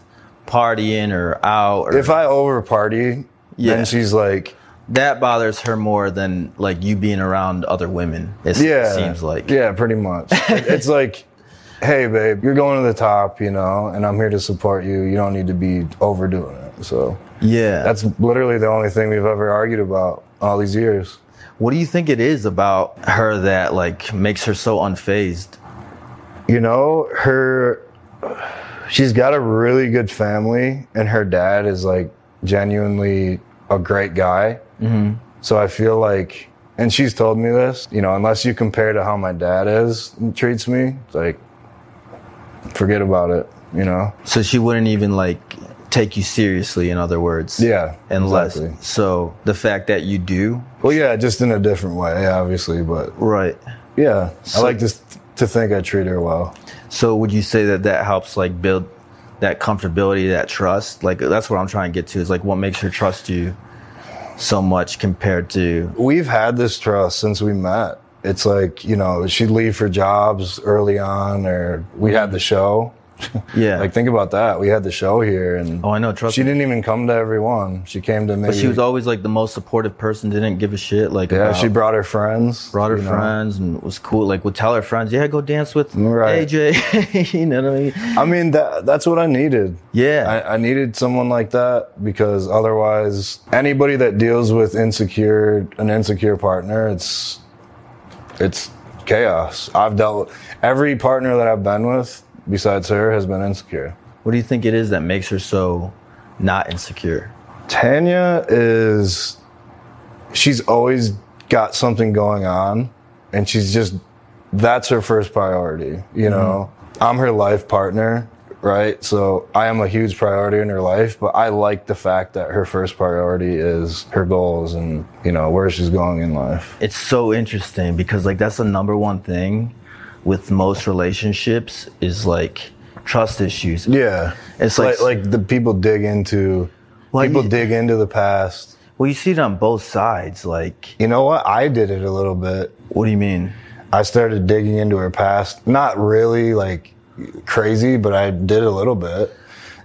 [SPEAKER 1] partying or out or
[SPEAKER 2] If I over party,
[SPEAKER 1] Yeah.
[SPEAKER 2] then she's like,
[SPEAKER 1] that bothers her more than like you being around other women. It s-
[SPEAKER 2] yeah,
[SPEAKER 1] seems like.
[SPEAKER 2] yeah, pretty much. It- it's like. Hey, babe, you're going to the top, you know, and I'm here to support you. You don't need to be overdoing it. So
[SPEAKER 1] Yeah.
[SPEAKER 2] that's literally the only thing we've ever argued about all these years.
[SPEAKER 1] What do you think it is about her that like makes her so unfazed?
[SPEAKER 2] you know her she's got a really good family and her dad is like genuinely a great guy mm-hmm. so i feel like and she's told me this you know unless you compare to how my dad is and treats me it's like forget about it you know
[SPEAKER 1] So she wouldn't even like take you seriously in other words.
[SPEAKER 2] yeah
[SPEAKER 1] Unless
[SPEAKER 2] exactly.
[SPEAKER 1] so the fact that you do.
[SPEAKER 2] well yeah just in a different way obviously but
[SPEAKER 1] Right.
[SPEAKER 2] yeah i like to, to think i treat her well
[SPEAKER 1] So would you say that that helps like build that comfortability, that trust? Like that's what I'm trying to get to is like what makes her trust you so much compared to
[SPEAKER 2] we've had this trust since we met. It's like, you know, she'd leave for jobs early on or we had the show
[SPEAKER 1] Yeah.
[SPEAKER 2] like think about that. We had the show here, and
[SPEAKER 1] Oh, I know, trust
[SPEAKER 2] she
[SPEAKER 1] me.
[SPEAKER 2] didn't even come to every one. She came to me.
[SPEAKER 1] But she was always like the most supportive person. Didn't give a shit. Like
[SPEAKER 2] yeah.
[SPEAKER 1] about-
[SPEAKER 2] She brought her friends.
[SPEAKER 1] brought her
[SPEAKER 2] you know.
[SPEAKER 1] friends and was cool. Like would tell her friends, yeah, go dance with
[SPEAKER 2] Right.
[SPEAKER 1] AJ. you know what I mean?
[SPEAKER 2] I mean, that that's what I needed.
[SPEAKER 1] Yeah.
[SPEAKER 2] I, I needed someone like that because otherwise, anybody that deals with insecure an insecure partner, it's it's chaos. I've dealt every partner that I've been with besides her has been insecure.
[SPEAKER 1] what do you think it is that makes her so not insecure?
[SPEAKER 2] Tanya is she's always got something going on and she's just that's her first priority, you know. I'm her life partner, right? So I am a huge priority in her life, but I like the fact that her first priority is her goals and, you know, where she's going in life.
[SPEAKER 1] It's so interesting because like that's the number one thing with most relationships is like trust issues.
[SPEAKER 2] Yeah.
[SPEAKER 1] It's
[SPEAKER 2] like
[SPEAKER 1] like-
[SPEAKER 2] like, the people dig into
[SPEAKER 1] Well,
[SPEAKER 2] people
[SPEAKER 1] you-
[SPEAKER 2] dig into the past.
[SPEAKER 1] Well, you see it on both sides. Like,
[SPEAKER 2] You know what? I did it a little bit.
[SPEAKER 1] what do you mean?
[SPEAKER 2] I started digging into her past. Not really like crazy, but I did a little bit.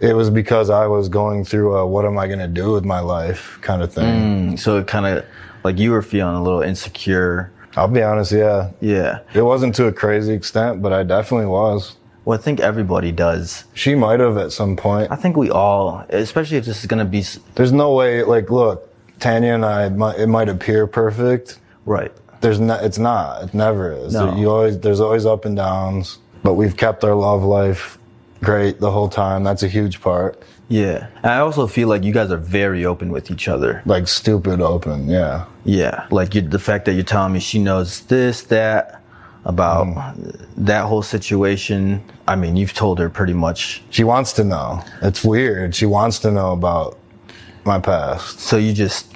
[SPEAKER 2] It was because I was going through a what am I going to do with my life kind of thing.
[SPEAKER 1] So it kind of like you were feeling a little insecure.
[SPEAKER 2] I'll be honest, yeah.
[SPEAKER 1] Yeah.
[SPEAKER 2] It wasn't to a crazy extent, but I definitely was.
[SPEAKER 1] Well, I think everybody does.
[SPEAKER 2] She might have at some point.
[SPEAKER 1] I think we all, especially if this is going to be s-
[SPEAKER 2] There's no way, like, look, Tanya and I, it might- it might appear perfect.
[SPEAKER 1] right.
[SPEAKER 2] There's no, it's not. It never is.
[SPEAKER 1] No.
[SPEAKER 2] There- you always, there's always up and downs, but we've kept our love life great the whole time. That's a huge part.
[SPEAKER 1] Yeah. And I also feel like you guys are very open with each other.
[SPEAKER 2] like stupid open. Yeah.
[SPEAKER 1] Yeah. Like you, the fact that you're telling me she knows this, that, about that whole situation. I mean, you've told her pretty much.
[SPEAKER 2] She wants to know. It's weird. She wants to know about my past.
[SPEAKER 1] So you just,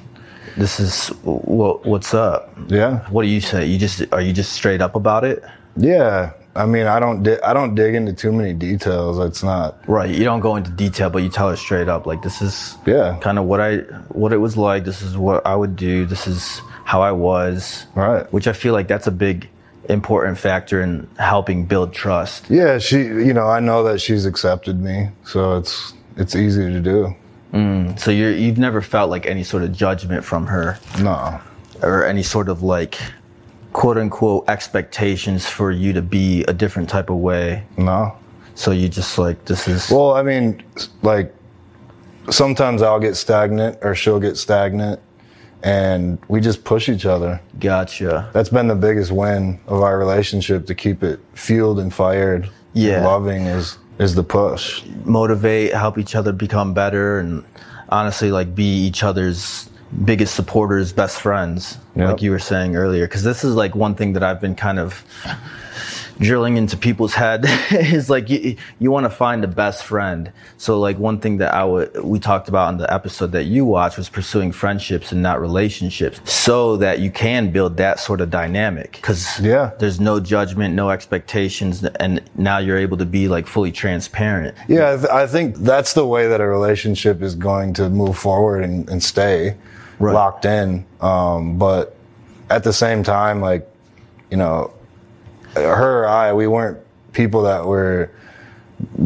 [SPEAKER 1] this is what what's up.
[SPEAKER 2] Yeah.
[SPEAKER 1] What do you say? You just are you just straight up about it?
[SPEAKER 2] Yeah. I mean, I don't di- I don't dig into too many details. It's not.
[SPEAKER 1] Right. You don't go into detail, but you tell her straight up, like this is
[SPEAKER 2] Yeah.
[SPEAKER 1] kind of what I what it was like. This is what I would do. This is how I was.
[SPEAKER 2] Right.
[SPEAKER 1] Which I feel like that's a big important factor in helping build trust.
[SPEAKER 2] Yeah, she you know, I know that she's accepted me. So it's it's easy to do.
[SPEAKER 1] So you're you've never felt like any sort of judgment from her
[SPEAKER 2] No.
[SPEAKER 1] or any sort of like quote unquote expectations for you to be a different type of way.
[SPEAKER 2] No.
[SPEAKER 1] So you just like this is
[SPEAKER 2] Well, I mean, s- like sometimes I'll get stagnant or she'll get stagnant and we just push each other.
[SPEAKER 1] gotcha.
[SPEAKER 2] that's been the biggest win of our relationship to keep it fueled and fired. and
[SPEAKER 1] Yeah.
[SPEAKER 2] loving is is the push.
[SPEAKER 1] motivate, help each other become better, and honestly, like be each other's biggest supporters, best friends,
[SPEAKER 2] Yep.
[SPEAKER 1] like you were saying earlier. Because this is like one thing that I've been kind of drilling into people's head is like you, you want to find the best friend. So like one thing that I would we talked about on the episode that you watched was pursuing friendships and not relationships, so that you can build that sort of dynamic. Because
[SPEAKER 2] Yeah.
[SPEAKER 1] there's no judgment, no expectations, and now you're able to be like fully transparent.
[SPEAKER 2] Yeah, I, th- I think that's the way that a relationship is going to move forward and, and stay
[SPEAKER 1] Right.
[SPEAKER 2] locked in. Um, but at the same time, like you know, her or I, we weren't people that were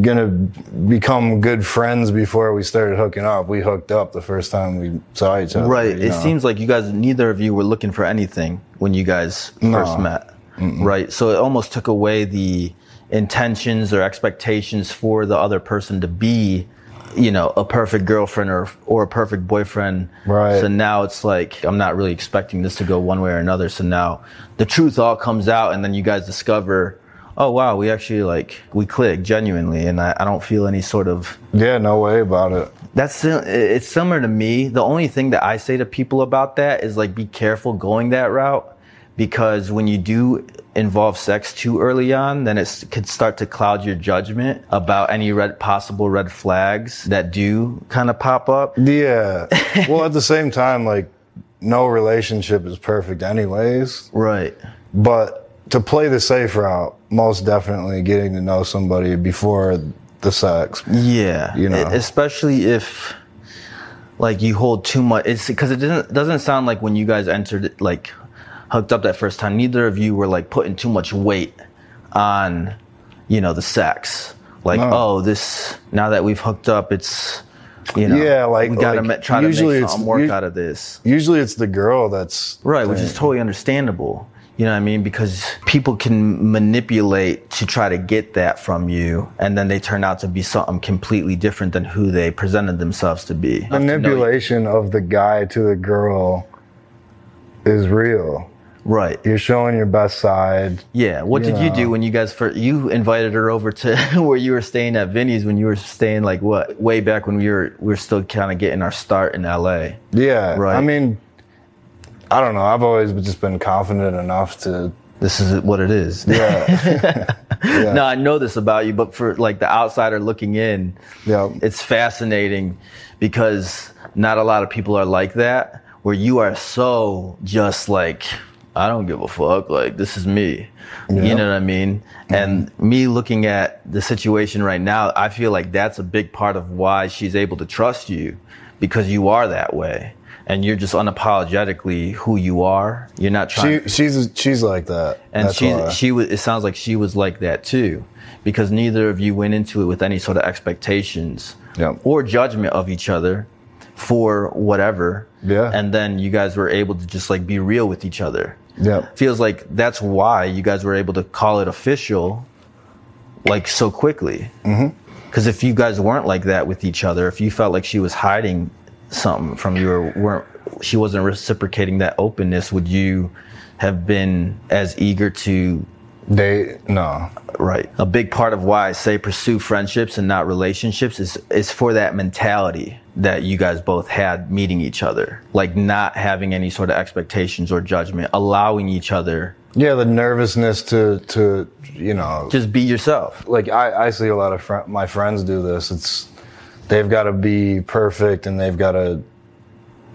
[SPEAKER 2] gonna become good friends before we started hooking up. We hooked up the first time we saw each other.
[SPEAKER 1] Right.
[SPEAKER 2] you
[SPEAKER 1] It
[SPEAKER 2] know?
[SPEAKER 1] seems like you guys, neither of you were looking for anything when you guys first met. Right. So it almost took away the intentions or expectations for the other person to be, you know, a perfect girlfriend or, or a perfect boyfriend.
[SPEAKER 2] Right.
[SPEAKER 1] So now it's like, I'm not really expecting this to go one way or another. So now the truth all comes out and then you guys discover, oh, wow, we actually like, we click genuinely. And I, I don't feel any sort of
[SPEAKER 2] yeah, no way about it.
[SPEAKER 1] that's si- it's similar to me. The only thing that I say to people about that is like be careful going that route because when you do involve sex too early on, then it s- could start to cloud your judgment about any red possible red flags that do kind of pop up.
[SPEAKER 2] Yeah. Well, at the same time, like, no relationship is perfect, anyways.
[SPEAKER 1] Right.
[SPEAKER 2] But to play the safe route, most definitely getting to know somebody before the sex.
[SPEAKER 1] Yeah.
[SPEAKER 2] You know.
[SPEAKER 1] E- especially if like you hold too much it's because it doesn't doesn't sound like when you guys entered like hooked up that first time neither of you were like putting too much weight on you know the sex Like,
[SPEAKER 2] No.
[SPEAKER 1] oh, this now that we've hooked up, it's you know,
[SPEAKER 2] Yeah, like-
[SPEAKER 1] we gotta
[SPEAKER 2] like,
[SPEAKER 1] ma- try to make
[SPEAKER 2] usually it's-
[SPEAKER 1] something work
[SPEAKER 2] us-
[SPEAKER 1] out of this,
[SPEAKER 2] Usually it's the girl that's
[SPEAKER 1] right? Which is totally understandable. You know what I mean? Because people can manipulate to try to get that from you, and then they turn out to be something completely different than who they presented themselves to be.
[SPEAKER 2] manipulation of the guy to the girl is real.
[SPEAKER 1] right?
[SPEAKER 2] You're showing your best side.
[SPEAKER 1] Yeah. What did you do when you guys first? You invited her over to where you were staying at Vinny's when you were staying like what? Way back when we were we were still kind of getting our start in L.A.
[SPEAKER 2] Yeah.
[SPEAKER 1] Right.
[SPEAKER 2] I mean, I don't know. I've always just been confident enough to.
[SPEAKER 1] This is what it is.
[SPEAKER 2] Yeah.
[SPEAKER 1] no, I know this about you, but for like the outsider looking in,
[SPEAKER 2] yeah.
[SPEAKER 1] it's fascinating because not a lot of people are like that. Where you are so just like I don't give a fuck. Like this is me. You
[SPEAKER 2] Yeah.
[SPEAKER 1] know what I mean? And me looking at the situation right now, I feel like that's a big part of why she's able to trust you because you are that way and you're just unapologetically who you are. You're not trying
[SPEAKER 2] She, she's she's like that.
[SPEAKER 1] and
[SPEAKER 2] That's
[SPEAKER 1] she
[SPEAKER 2] why.
[SPEAKER 1] she was it sounds like she was like that too because neither of you went into it with any sort of expectations
[SPEAKER 2] Yep.
[SPEAKER 1] or judgment of each other for whatever
[SPEAKER 2] Yeah.
[SPEAKER 1] and then you guys were able to just like be real with each other
[SPEAKER 2] yeah.
[SPEAKER 1] feels like that's why you guys were able to call it official like so quickly because if you guys weren't like that with each other if you felt like she was hiding something from you or weren't she wasn't reciprocating that openness would you have been as eager to
[SPEAKER 2] They no.
[SPEAKER 1] right a big part of why i say pursue friendships and not relationships is is for that mentality that you guys both had meeting each other like not having any sort of expectations or judgment allowing each other
[SPEAKER 2] Yeah, the nervousness to to you know
[SPEAKER 1] just be yourself
[SPEAKER 2] like I, I see a lot of fr- my friends do this. It's they've got to be perfect and they've got to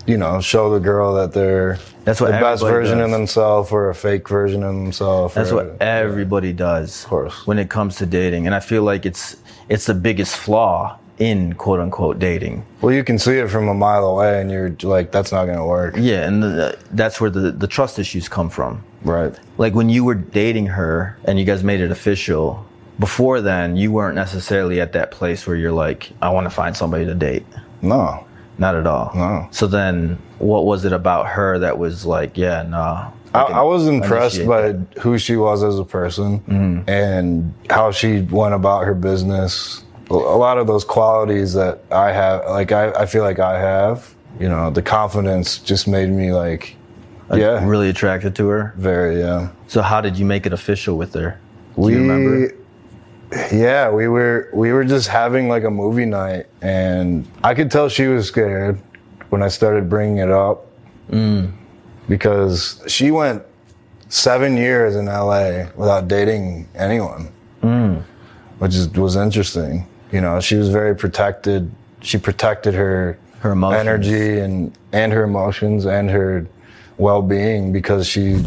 [SPEAKER 2] you know show the girl that they're
[SPEAKER 1] That's what
[SPEAKER 2] the best
[SPEAKER 1] everybody
[SPEAKER 2] version of
[SPEAKER 1] does.
[SPEAKER 2] themselves or a fake version of themselves.
[SPEAKER 1] That's
[SPEAKER 2] or-
[SPEAKER 1] what everybody does, of
[SPEAKER 2] course.
[SPEAKER 1] when it comes to dating. And I feel like it's it's the biggest flaw in quote unquote dating.
[SPEAKER 2] well, you can see it from a mile away, and you're like, that's not going to work.
[SPEAKER 1] Yeah, and the, that's where the the trust issues come from.
[SPEAKER 2] Right.
[SPEAKER 1] Like when you were dating her and you guys made it official. Before then, you weren't necessarily at that place where you're like, I want to find somebody to date.
[SPEAKER 2] No.
[SPEAKER 1] Not at all.
[SPEAKER 2] No.
[SPEAKER 1] So then, what was it about her that was like, yeah, no.
[SPEAKER 2] I, I was impressed
[SPEAKER 1] initiate
[SPEAKER 2] by who she was as a person
[SPEAKER 1] Mm-hmm.
[SPEAKER 2] and how she went about her business. A a lot of those qualities that I have, like I, I feel like I have, you know, the confidence just made me like, yeah,
[SPEAKER 1] Really attracted to her.
[SPEAKER 2] very, yeah.
[SPEAKER 1] So how did you make it official with her? Do
[SPEAKER 2] we,
[SPEAKER 1] you remember?
[SPEAKER 2] Yeah, we were we were just having like a movie night, and I could tell she was scared when I started bringing it up
[SPEAKER 1] Mm.
[SPEAKER 2] because she went seven years in LA without dating anyone,
[SPEAKER 1] Mm.
[SPEAKER 2] which is, was interesting. You know, she was very protected. She protected her
[SPEAKER 1] Her emotions.
[SPEAKER 2] energy and and her emotions and her well-being because she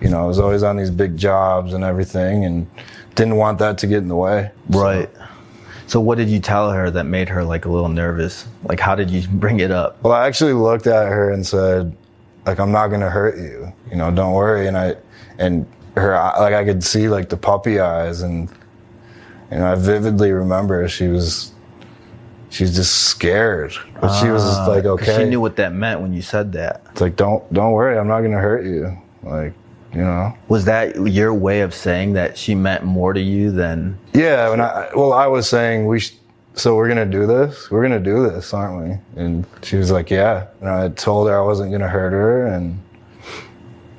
[SPEAKER 2] you know was always on these big jobs and everything and didn't want that to get in the way
[SPEAKER 1] Right. So what did you tell her that made her like a little nervous? Like how did you bring it up?
[SPEAKER 2] well i actually looked at her and said like i'm not gonna hurt you you know don't worry and i and her eye- like i could see like the puppy eyes and and i vividly remember she was she was just scared but she was just like
[SPEAKER 1] 'Cause
[SPEAKER 2] okay
[SPEAKER 1] Ah, She knew what that meant when you said that.
[SPEAKER 2] it's like don't don't worry i'm not gonna hurt you like you know
[SPEAKER 1] Was that your way of saying that she meant more to you than
[SPEAKER 2] Yeah, when I well, I was saying we, sh- so we're gonna do this. We're gonna do this, aren't we? And she was like, yeah. And I told her I wasn't gonna hurt her, and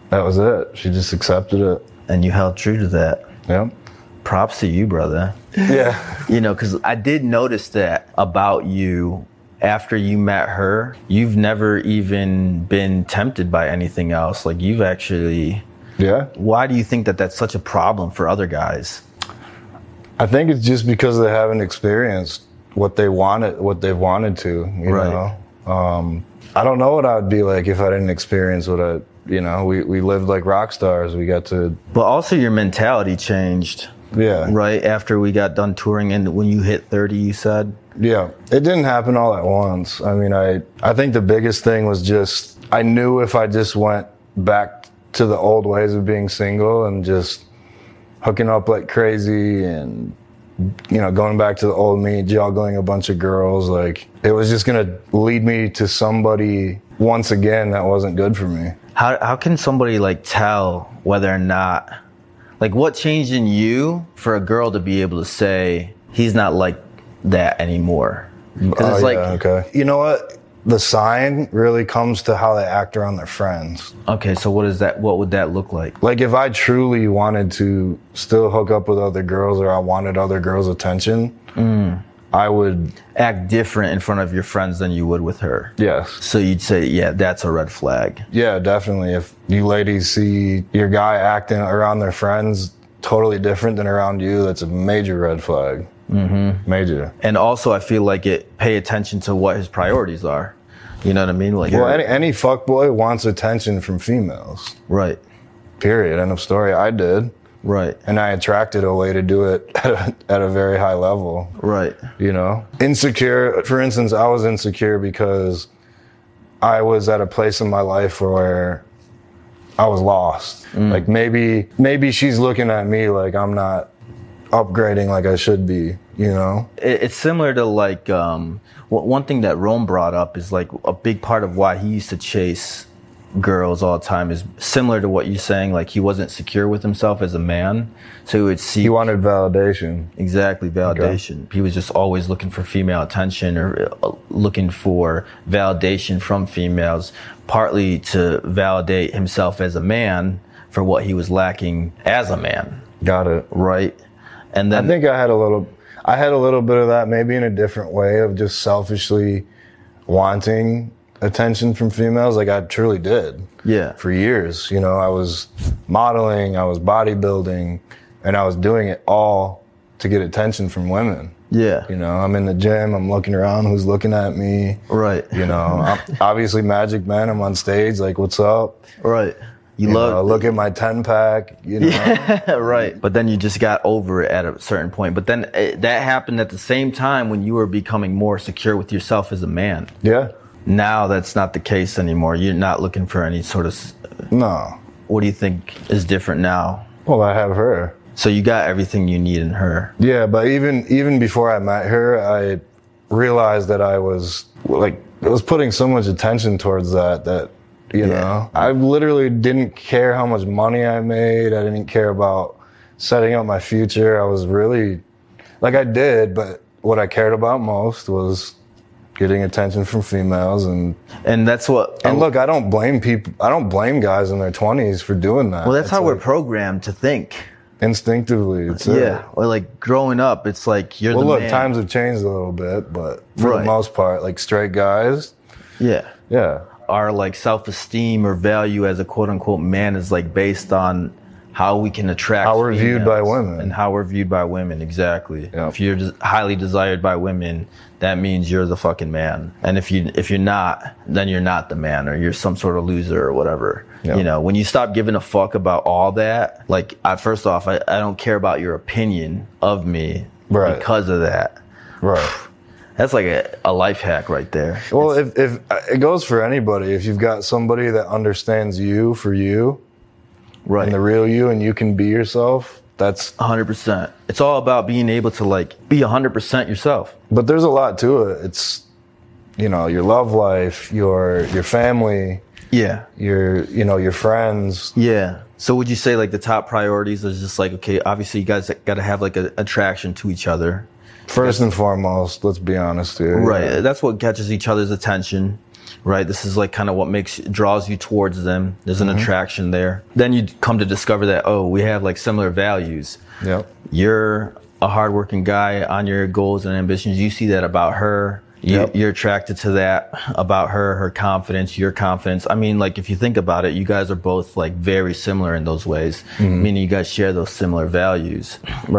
[SPEAKER 2] that was it. She just accepted it.
[SPEAKER 1] and you held true to that?
[SPEAKER 2] Yep.
[SPEAKER 1] Props to you, brother.
[SPEAKER 2] Yeah.
[SPEAKER 1] You know, cuz I did notice that about you after you met her. You've never even been tempted by anything else. Like you've actually
[SPEAKER 2] Yeah.
[SPEAKER 1] why do you think that that's such a problem for other guys?
[SPEAKER 2] I think it's just because they haven't experienced what they wanted, what they've wanted to. You
[SPEAKER 1] Right.
[SPEAKER 2] know, um, I don't know what I would be like if I didn't experience what I. You know, we we lived like rock stars. We got to.
[SPEAKER 1] But also your mentality changed.
[SPEAKER 2] Yeah.
[SPEAKER 1] right after we got done touring and when you hit 30 you said
[SPEAKER 2] Yeah, it didn't happen all at once. I mean, I I think the biggest thing was just I knew if I just went back to the old ways of being single and just hooking up like crazy and you know, going back to the old me, juggling a bunch of girls, like it was just gonna lead me to somebody once again that wasn't good for me.
[SPEAKER 1] How how can somebody like tell whether or not like what changed in you for a girl to be able to say he's not like that anymore? Because it's
[SPEAKER 2] Oh,
[SPEAKER 1] like
[SPEAKER 2] yeah, okay. You know what? The sign really comes to how they act around their friends.
[SPEAKER 1] okay, so what is that? What would that look like?
[SPEAKER 2] Like if I truly wanted to still hook up with other girls or I wanted other girls' attention, I would
[SPEAKER 1] Act different in front of your friends than you would with her.
[SPEAKER 2] yes.
[SPEAKER 1] So you'd say, yeah, that's a red flag.
[SPEAKER 2] Yeah, definitely. If you ladies see your guy acting around their friends totally different than around you, that's a major red flag. Mm-hmm. Major.
[SPEAKER 1] And also, I feel like it pay attention to what his priorities are. You know what I mean? Like,
[SPEAKER 2] Well, any any fuckboy wants attention from females.
[SPEAKER 1] right,
[SPEAKER 2] Period. End of story. I did,
[SPEAKER 1] right,
[SPEAKER 2] and I attracted a way to do it at a, at a very high level.
[SPEAKER 1] right,
[SPEAKER 2] you know insecure for instance i was insecure because i was at a place in my life where i was lost like maybe maybe she's looking at me like i'm not upgrading like i should be you know
[SPEAKER 1] it, it's similar to like um, wh- one thing that Rome brought up is like a big part of why he used to chase girls all the time is similar to what you're saying. Like he wasn't secure with himself as a man, so he would see
[SPEAKER 2] he wanted validation
[SPEAKER 1] exactly validation. He was just always looking for female attention or uh, looking for validation from females, partly to validate himself as a man for what he was lacking as a man,
[SPEAKER 2] got it
[SPEAKER 1] right? And then
[SPEAKER 2] i think i had a little i had a little bit of that maybe in a different way of just selfishly wanting attention from females like i truly did
[SPEAKER 1] yeah,
[SPEAKER 2] for years. You know, I was modeling, I was bodybuilding, and I was doing it all to get attention from women.
[SPEAKER 1] yeah,
[SPEAKER 2] You know, I'm in the gym, I'm looking around, who's looking at me?
[SPEAKER 1] right,
[SPEAKER 2] You know, I'm obviously Magic Man, I'm on stage, like, what's up?
[SPEAKER 1] right. You,
[SPEAKER 2] You know,
[SPEAKER 1] love
[SPEAKER 2] look at my 10 pack, you know?
[SPEAKER 1] right, but then you just got over it at a certain point. But then it, that happened at the same time when you were becoming more secure with yourself as a man.
[SPEAKER 2] Yeah.
[SPEAKER 1] Now that's not the case anymore. You're not looking for any sort of s-
[SPEAKER 2] No.
[SPEAKER 1] what do you think is different now?
[SPEAKER 2] Well, I have her.
[SPEAKER 1] So you got everything you need in her.
[SPEAKER 2] Yeah, but even even before I met her, I realized that I was like I was putting so much attention towards that that you
[SPEAKER 1] Yeah.
[SPEAKER 2] know I literally didn't care how much money I made. I didn't care about setting up my future. I was really like I did, but what I cared about most was getting attention from females and
[SPEAKER 1] And that's what
[SPEAKER 2] and look, I don't blame people. I don't blame guys in their twenties for doing that.
[SPEAKER 1] well that's
[SPEAKER 2] It's
[SPEAKER 1] how we're
[SPEAKER 2] like
[SPEAKER 1] programmed to think.
[SPEAKER 2] instinctively. It's it.
[SPEAKER 1] Yeah. Or like growing up, it's like you're
[SPEAKER 2] Well,
[SPEAKER 1] the
[SPEAKER 2] look,
[SPEAKER 1] man.
[SPEAKER 2] times have changed a little bit, but for the
[SPEAKER 1] Right.
[SPEAKER 2] most part, like straight guys,
[SPEAKER 1] yeah.
[SPEAKER 2] yeah,
[SPEAKER 1] Our like self esteem or value as a quote unquote man is like based on how we can attract
[SPEAKER 2] How we're viewed by
[SPEAKER 1] females
[SPEAKER 2] women.
[SPEAKER 1] and how we're viewed by women exactly
[SPEAKER 2] Yeah.
[SPEAKER 1] if you're des- highly desired by women that means you're the fucking man and if you if you're not then you're not the man or you're some sort of loser or whatever
[SPEAKER 2] Yeah.
[SPEAKER 1] you know when you stop giving a fuck about all that like I, first off I, I don't care about your opinion of me
[SPEAKER 2] Right.
[SPEAKER 1] because of that
[SPEAKER 2] right.
[SPEAKER 1] that's like a, a life hack right there
[SPEAKER 2] Well, if, if uh, it goes for anybody, if you've got somebody that understands you for you
[SPEAKER 1] right
[SPEAKER 2] and the real you, and you can be yourself, that's.
[SPEAKER 1] 100% it's all about being able to like be 100% yourself
[SPEAKER 2] But there's a lot to it. It's, you know, your love life, your your family,
[SPEAKER 1] yeah
[SPEAKER 2] your you know your friends.
[SPEAKER 1] Yeah. So would you say like the top priorities is just like okay, obviously you guys got to have like an attraction to each other,
[SPEAKER 2] First and foremost, let's be honest here.
[SPEAKER 1] right? That's what catches each other's attention, right? This is like kind of what makes draws you towards them. There's an attraction there. Then you come to discover that oh, we have like similar values.
[SPEAKER 2] Yep.
[SPEAKER 1] You're a hardworking guy on your goals and ambitions. You see that about her. You,
[SPEAKER 2] Yep.
[SPEAKER 1] You're attracted to that about her, her confidence, your confidence. I mean, like, if you think about it, you guys are both like very similar in those ways,
[SPEAKER 2] Mm-hmm.
[SPEAKER 1] meaning you guys share those similar values.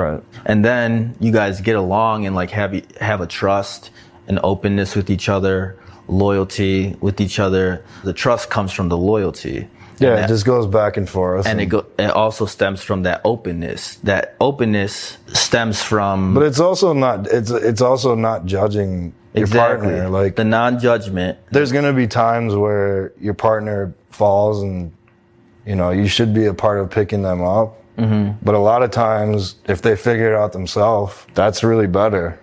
[SPEAKER 2] Right.
[SPEAKER 1] And then you guys get along and like have, e, have a trust and openness with each other, loyalty with each other. The trust comes from the loyalty.
[SPEAKER 2] Yeah,
[SPEAKER 1] And
[SPEAKER 2] it
[SPEAKER 1] that-
[SPEAKER 2] just goes back and forth.
[SPEAKER 1] and it, go, it also stems from that openness. That openness stems from
[SPEAKER 2] But it's also not it's it's also not judging your partner. Like
[SPEAKER 1] the non-judgment.
[SPEAKER 2] there's gonna be times where your partner falls and you know, you should be a part of picking them up. But a lot of times, if they figure it out themselves, that's really better.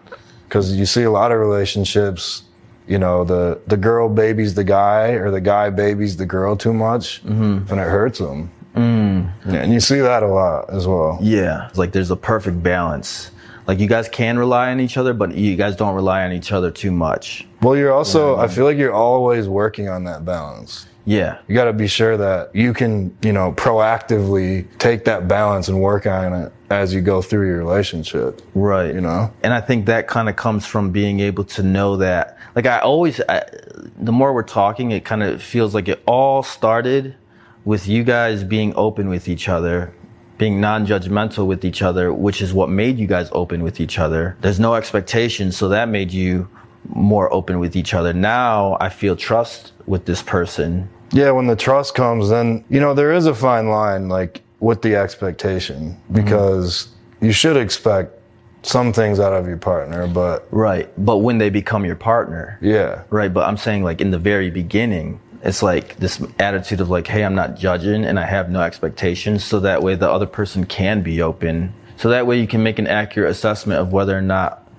[SPEAKER 2] Cause you see a lot of relationships, you know, the, the girl babies the guy or the guy babies the girl too much and it hurts them. Yeah, and you see that a lot as well.
[SPEAKER 1] Yeah. It's like there's a perfect balance. Like you guys can rely on each other, but you guys don't rely on each other too much.
[SPEAKER 2] Well, you're also, I feel like you're always working on that balance.
[SPEAKER 1] Yeah.
[SPEAKER 2] You got to be sure that you can, you know, proactively take that balance and work on it as you go through your relationship.
[SPEAKER 1] Right.
[SPEAKER 2] You know?
[SPEAKER 1] And I think that kind of comes from being able to know that. Like I always, I, the more we're talking, it kind of feels like it all started with you guys being open with each other, being non-judgmental with each other, which is what made you guys open with each other. There's no expectation, so that made you more open with each other. Now I feel trust with this person.
[SPEAKER 2] Yeah, when the trust comes, then, you know, there is a fine line, like with the expectation, because you should expect some things out of your partner, but
[SPEAKER 1] Right. But when they become your partner,
[SPEAKER 2] yeah.
[SPEAKER 1] Right, but I'm saying like in the very beginning, it's like this attitude of like, hey, I'm not judging and I have no expectations. So that way the other person can be open. So that way you can make an accurate assessment of whether or not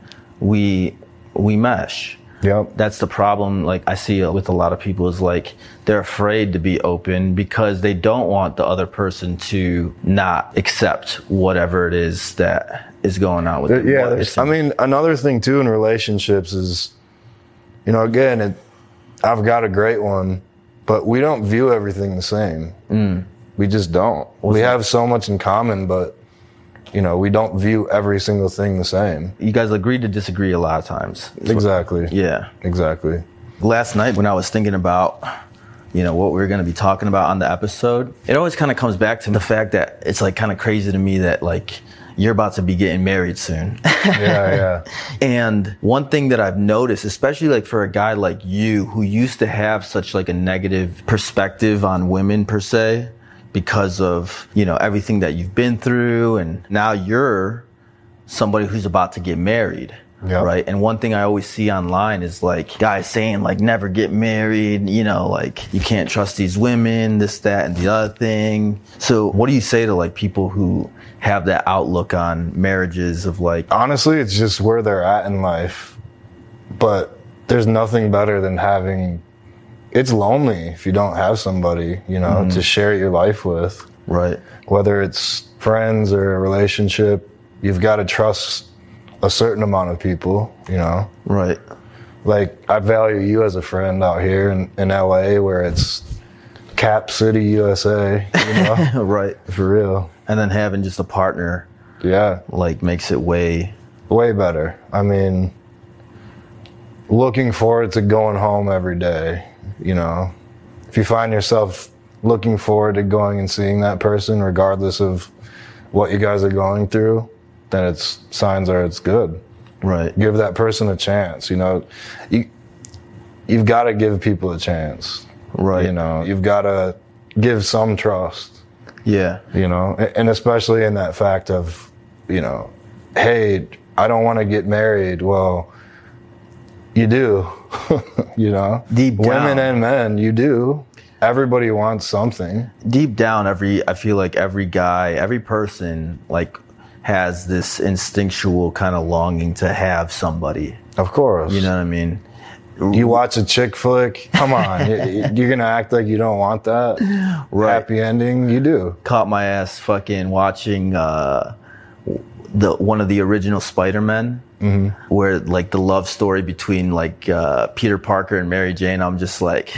[SPEAKER 1] we we mesh.
[SPEAKER 2] Yep.
[SPEAKER 1] That's the problem like I see with a lot of people is like they're afraid to be open because they don't want the other person to not accept whatever it is that is going on with them.
[SPEAKER 2] yeah
[SPEAKER 1] What
[SPEAKER 2] there's-
[SPEAKER 1] is-
[SPEAKER 2] i mean another thing too in relationships is you know again it i've got a great one but we don't view everything the same
[SPEAKER 1] Mm.
[SPEAKER 2] we just don't we have so much in common but you know we don't view every single thing the same
[SPEAKER 1] you guys agree to disagree a lot of times.
[SPEAKER 2] exactly
[SPEAKER 1] Yeah.
[SPEAKER 2] exactly
[SPEAKER 1] last night when I was thinking about you know what we were going to be talking about on the episode it always kind of comes back to the fact that it's like kind of crazy to me that like you're about to be getting married soon
[SPEAKER 2] yeah yeah
[SPEAKER 1] and one thing that I've noticed, especially like for a guy like you who used to have such like a negative perspective on women per se, because of, you know, everything that you've been through and now you're somebody who's about to get married.
[SPEAKER 2] Yeah.
[SPEAKER 1] Right. And one thing I always see online is like guys saying like never get married, you know, like you can't trust these women, this, that, and the other thing. So what do you say to like people who have that outlook on marriages of like,
[SPEAKER 2] honestly it's just where they're at in life but there's nothing better than having it's lonely if you don't have somebody you know
[SPEAKER 1] Mm.
[SPEAKER 2] to share your life with
[SPEAKER 1] right?
[SPEAKER 2] whether it's friends or a relationship, you've got to trust a certain amount of people, you know?
[SPEAKER 1] Right.
[SPEAKER 2] Like, I value you as a friend out here in, in LA where it's Cap City, USA, you know?
[SPEAKER 1] Right.
[SPEAKER 2] For real.
[SPEAKER 1] And then having just a partner
[SPEAKER 2] Yeah,
[SPEAKER 1] like makes it way
[SPEAKER 2] way better. I mean, looking forward to going home every day, you know? If you find yourself looking forward to going and seeing that person, regardless of what you guys are going through, then it's signs are it's good.
[SPEAKER 1] right.
[SPEAKER 2] give that person a chance. You know, you you've got to give people a chance.
[SPEAKER 1] Right.
[SPEAKER 2] You know, you've got to give some trust.
[SPEAKER 1] Yeah.
[SPEAKER 2] You know, A- and especially in that fact of, you know, hey, I don't want to get married. Well, you do. you know,
[SPEAKER 1] Deep down.
[SPEAKER 2] women and men, you do. Everybody wants something.
[SPEAKER 1] Deep down every I feel like every guy, every person like has this instinctual kind of longing to have somebody.
[SPEAKER 2] Of course.
[SPEAKER 1] You know what I mean?
[SPEAKER 2] You watch a chick flick. Come on, You- you're gonna act like you don't want that
[SPEAKER 1] Right.
[SPEAKER 2] happy ending. You do.
[SPEAKER 1] Caught my ass fucking watching uh the one of the original Spider-Man where like the love story between like uh Peter Parker and Mary Jane, I'm just like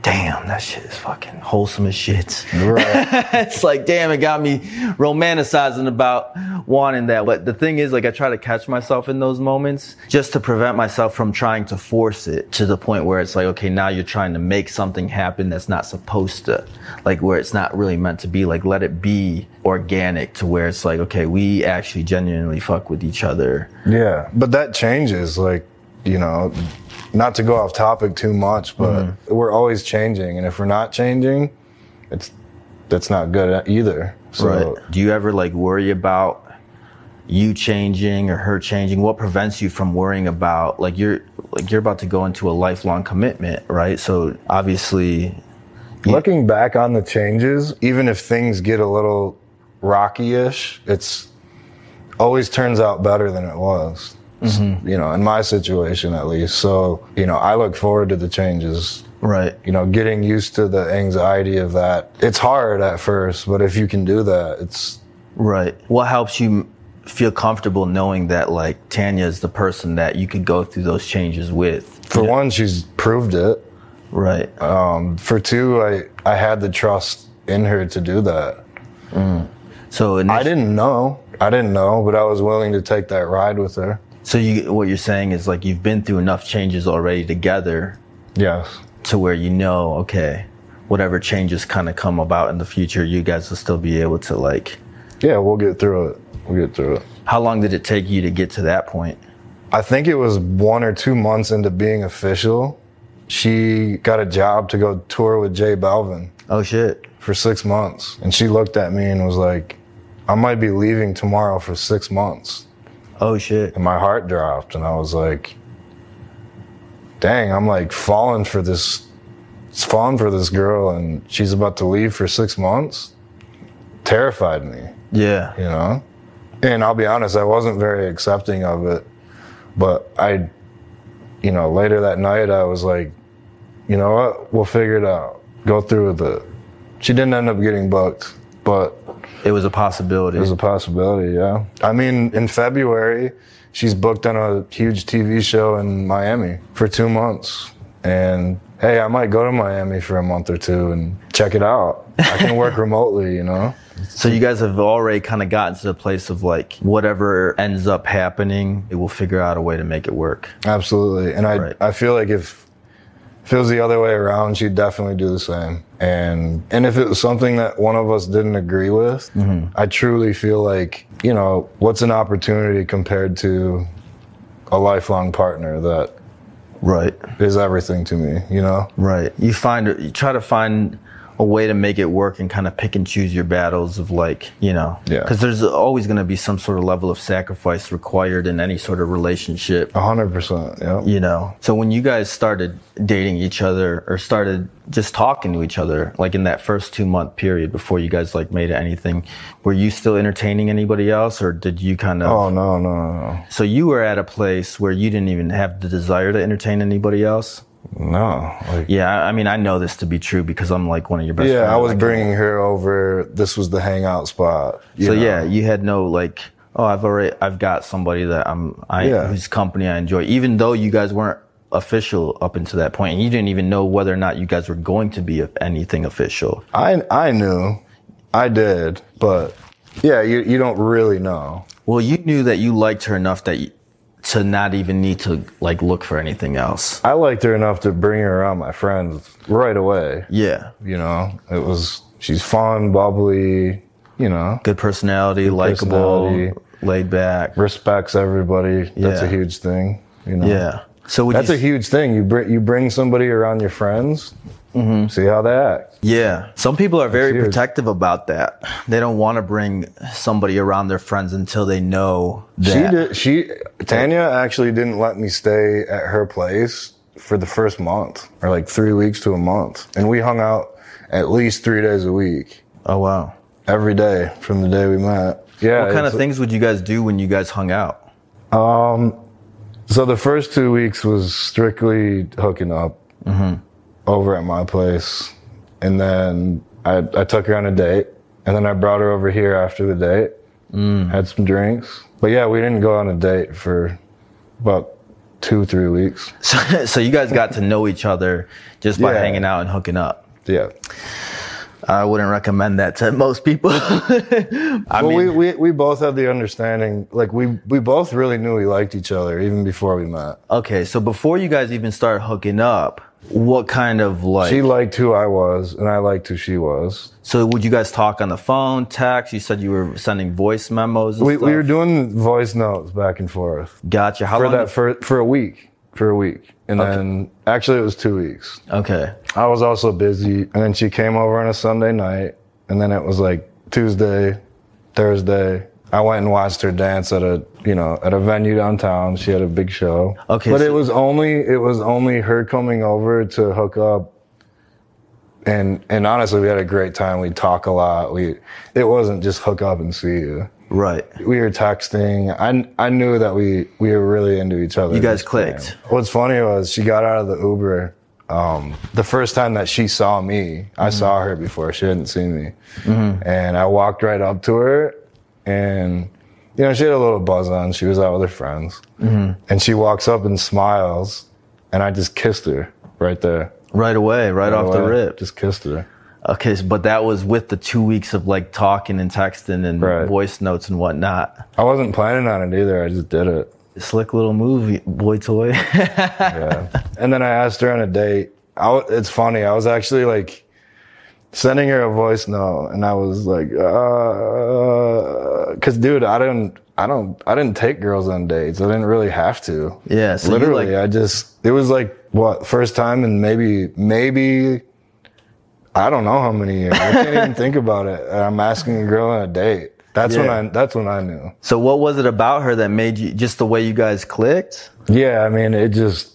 [SPEAKER 1] Damn, that shit is fucking wholesome as shit.
[SPEAKER 2] Right.
[SPEAKER 1] it's like, damn, it got me romanticizing about wanting that. But the thing is, like, I try to catch myself in those moments just to prevent myself from trying to force it to the point where it's like, okay, now you're trying to make something happen that's not supposed to, like, where it's not really meant to be. Like, let it be organic to where it's like, okay, we actually genuinely fuck with each other.
[SPEAKER 2] Yeah, but that changes. Like, you know, not to go off topic too much, but we're always changing, and if we're not changing, it's that's not good either. So
[SPEAKER 1] right. Do you ever, like, worry about you changing or her changing what prevents you from worrying about like you're like you're about to go into a lifelong commitment right so obviously
[SPEAKER 2] looking back on the changes, even if things get a little rocky-ish, it's always turns out better than it was. You know, in my situation at least. So, you know, I look forward to the changes
[SPEAKER 1] Right.
[SPEAKER 2] you know, getting used to the anxiety of that. It's hard at first, but if you can do that, it's
[SPEAKER 1] Right. What helps you m- feel comfortable knowing that like Tanya is the person that you could go through those changes with?
[SPEAKER 2] for one, she's proved it.
[SPEAKER 1] Right.
[SPEAKER 2] For two, I, I had the trust in her to do that.
[SPEAKER 1] so
[SPEAKER 2] I
[SPEAKER 1] init-
[SPEAKER 2] didn't know. I didn't know, but I was willing to take that ride with her.
[SPEAKER 1] so you what you're saying is like you've been through enough changes already together
[SPEAKER 2] Yes.
[SPEAKER 1] to where you know, okay, whatever changes kind of come about in the future, you guys will still be able to like
[SPEAKER 2] Yeah, we'll get through it. We'll get through it.
[SPEAKER 1] how long did it take you to get to that point?
[SPEAKER 2] I think it was one or two months into being official. She got a job to go tour with Jay Balvin.
[SPEAKER 1] Oh shit.
[SPEAKER 2] for six months. And she looked at me and was like, I might be leaving tomorrow for six months.
[SPEAKER 1] Oh shit.
[SPEAKER 2] And my heart dropped. And I was like, dang, I'm like falling for this, falling for this girl. And she's about to leave for six months. Terrified me,
[SPEAKER 1] Yeah.
[SPEAKER 2] you know? And I'll be honest, I wasn't very accepting of it. But I, you know, later that night, I was like, you know what? We'll figure it out. Go through with it. She didn't end up getting booked, but
[SPEAKER 1] It was a possibility.
[SPEAKER 2] there's a possibility, yeah. I mean, in February, she's booked on a huge TV show in Miami for two months. And hey, I might go to Miami for a month or two and check it out. I can work remotely, you know?
[SPEAKER 1] So you guys have already kind of gotten to the place of like whatever ends up happening, it will figure out a way to make it work.
[SPEAKER 2] Absolutely. And I
[SPEAKER 1] Right.
[SPEAKER 2] I feel like if if it was the other way around, she'd definitely do the same. And and if it was something that one of us didn't agree with, I truly feel like, you know, what's an opportunity compared to a lifelong partner that
[SPEAKER 1] Right.
[SPEAKER 2] is everything to me, you know?
[SPEAKER 1] Right. You find you try to find a way to make it work and kind of pick and choose your battles of like, you know,
[SPEAKER 2] Yeah.
[SPEAKER 1] cuz there's always going to be some sort of level of sacrifice required in any sort of relationship.
[SPEAKER 2] A hundred percent. Yeah.
[SPEAKER 1] you know so when you guys started dating each other or started just talking to each other like in that first two month period before you guys like made it anything were you still entertaining anybody else or did you kind of
[SPEAKER 2] Oh no, no, no,
[SPEAKER 1] so you were at a place where you didn't even have the desire to entertain anybody else
[SPEAKER 2] no. no. Like
[SPEAKER 1] yeah i I mean i know this to be true because i'm like one of your best
[SPEAKER 2] Yeah,
[SPEAKER 1] friends
[SPEAKER 2] I was
[SPEAKER 1] Like,
[SPEAKER 2] bringing her over. This was the hangout spot. you
[SPEAKER 1] so
[SPEAKER 2] know?
[SPEAKER 1] yeah you had no like oh i've already i've got somebody that i'm i
[SPEAKER 2] Yeah.
[SPEAKER 1] whose company i enjoy even though you guys weren't official up until that point and you didn't even know whether or not you guys were going to be anything official
[SPEAKER 2] I I knew, I did, but yeah, you you don't really know.
[SPEAKER 1] well you knew that you liked her enough that you, to not even need to like look for anything else
[SPEAKER 2] I liked her enough to bring her around my friends right away.
[SPEAKER 1] yeah
[SPEAKER 2] You know, it was she's fun, bubbly. You know,
[SPEAKER 1] good personality likable
[SPEAKER 2] personality.
[SPEAKER 1] laid back
[SPEAKER 2] respects everybody. That's a
[SPEAKER 1] Yeah.
[SPEAKER 2] huge thing. You know.
[SPEAKER 1] yeah so would
[SPEAKER 2] That's
[SPEAKER 1] you,
[SPEAKER 2] a huge thing. You bring you bring somebody around your friends, see how they act.
[SPEAKER 1] Yeah. Some people are very
[SPEAKER 2] huge.
[SPEAKER 1] protective about that. They don't want to bring somebody around their friends until they know that.
[SPEAKER 2] She did. She Tanya actually didn't let me stay at her place for the first month, or like three weeks to a month, and we hung out at least three days a week,
[SPEAKER 1] Oh, wow.
[SPEAKER 2] every day from the day we met. Yeah.
[SPEAKER 1] What kind of
[SPEAKER 2] it's-
[SPEAKER 1] things would you guys do when you guys hung out?
[SPEAKER 2] So the first two weeks was strictly hooking up
[SPEAKER 1] Mm-hmm.
[SPEAKER 2] over at my place, and then I I took her on a date, and then I brought her over here after the date,
[SPEAKER 1] Mm.
[SPEAKER 2] had some drinks. But yeah, we didn't go on a date for about two three weeks.
[SPEAKER 1] So, so you guys got to know each other just by
[SPEAKER 2] Yeah.
[SPEAKER 1] hanging out and hooking up.
[SPEAKER 2] Yeah.
[SPEAKER 1] I wouldn't recommend that to most people. I
[SPEAKER 2] well,
[SPEAKER 1] mean,
[SPEAKER 2] we, we we both had the understanding. Like we we both really knew we liked each other even before we met.
[SPEAKER 1] okay. So before you guys even start hooking up, what kind of like,
[SPEAKER 2] She liked who I was, and I liked who she was.
[SPEAKER 1] so would you guys talk on the phone, text? You said you were sending voice memos and
[SPEAKER 2] We
[SPEAKER 1] stuff.
[SPEAKER 2] we were doing voice notes back and forth
[SPEAKER 1] gotcha. How
[SPEAKER 2] for
[SPEAKER 1] long?
[SPEAKER 2] that for for a week for a week, and then actually it was two weeks.
[SPEAKER 1] okay.
[SPEAKER 2] I was also busy, and then she came over on a Sunday night, and then it was like Tuesday, Thursday. I went and watched her dance at a you know at a venue downtown. She had a big show.
[SPEAKER 1] Okay,
[SPEAKER 2] but
[SPEAKER 1] so-
[SPEAKER 2] it was only it was only her coming over to hook up and and honestly, we had a great time. We talk a lot. We it wasn't just hook up and see you.
[SPEAKER 1] Right.
[SPEAKER 2] We were texting. I I knew that we we were really into each other.
[SPEAKER 1] You guys
[SPEAKER 2] this time.
[SPEAKER 1] clicked.
[SPEAKER 2] What's funny was she got out of the Uber. Um, the first time that she saw me, I
[SPEAKER 1] Mm-hmm.
[SPEAKER 2] saw her before. She hadn't seen me, and I walked right up to her, and you know she had a little buzz on. She was out with her friends,
[SPEAKER 1] Mm-hmm.
[SPEAKER 2] and she walks up and smiles, and I just kissed her right there.
[SPEAKER 1] Right away, right, off the
[SPEAKER 2] Well, I
[SPEAKER 1] rip.
[SPEAKER 2] Just kissed her.
[SPEAKER 1] Okay, so- but that was with the two weeks of like talking and texting and
[SPEAKER 2] Right.
[SPEAKER 1] voice notes and whatnot.
[SPEAKER 2] I wasn't planning on it either. I just did it.
[SPEAKER 1] Slick little movie, boy toy.
[SPEAKER 2] Yeah. and then I asked her on a date. I w it's funny. I was actually like sending her a voice note and I was like, uh, cause dude, I didn't, I don't, I didn't take girls on dates. I didn't really have to.
[SPEAKER 1] yeah, so you,
[SPEAKER 2] Literally.
[SPEAKER 1] like,
[SPEAKER 2] I just, it was like what first time in maybe, maybe, I don't know how many years. I can't even think about it. And I'm asking a girl on a date. That's when
[SPEAKER 1] Yeah.
[SPEAKER 2] I, that's when I knew.
[SPEAKER 1] so what was it about her that made you just the way you guys clicked?
[SPEAKER 2] Yeah, I mean, it just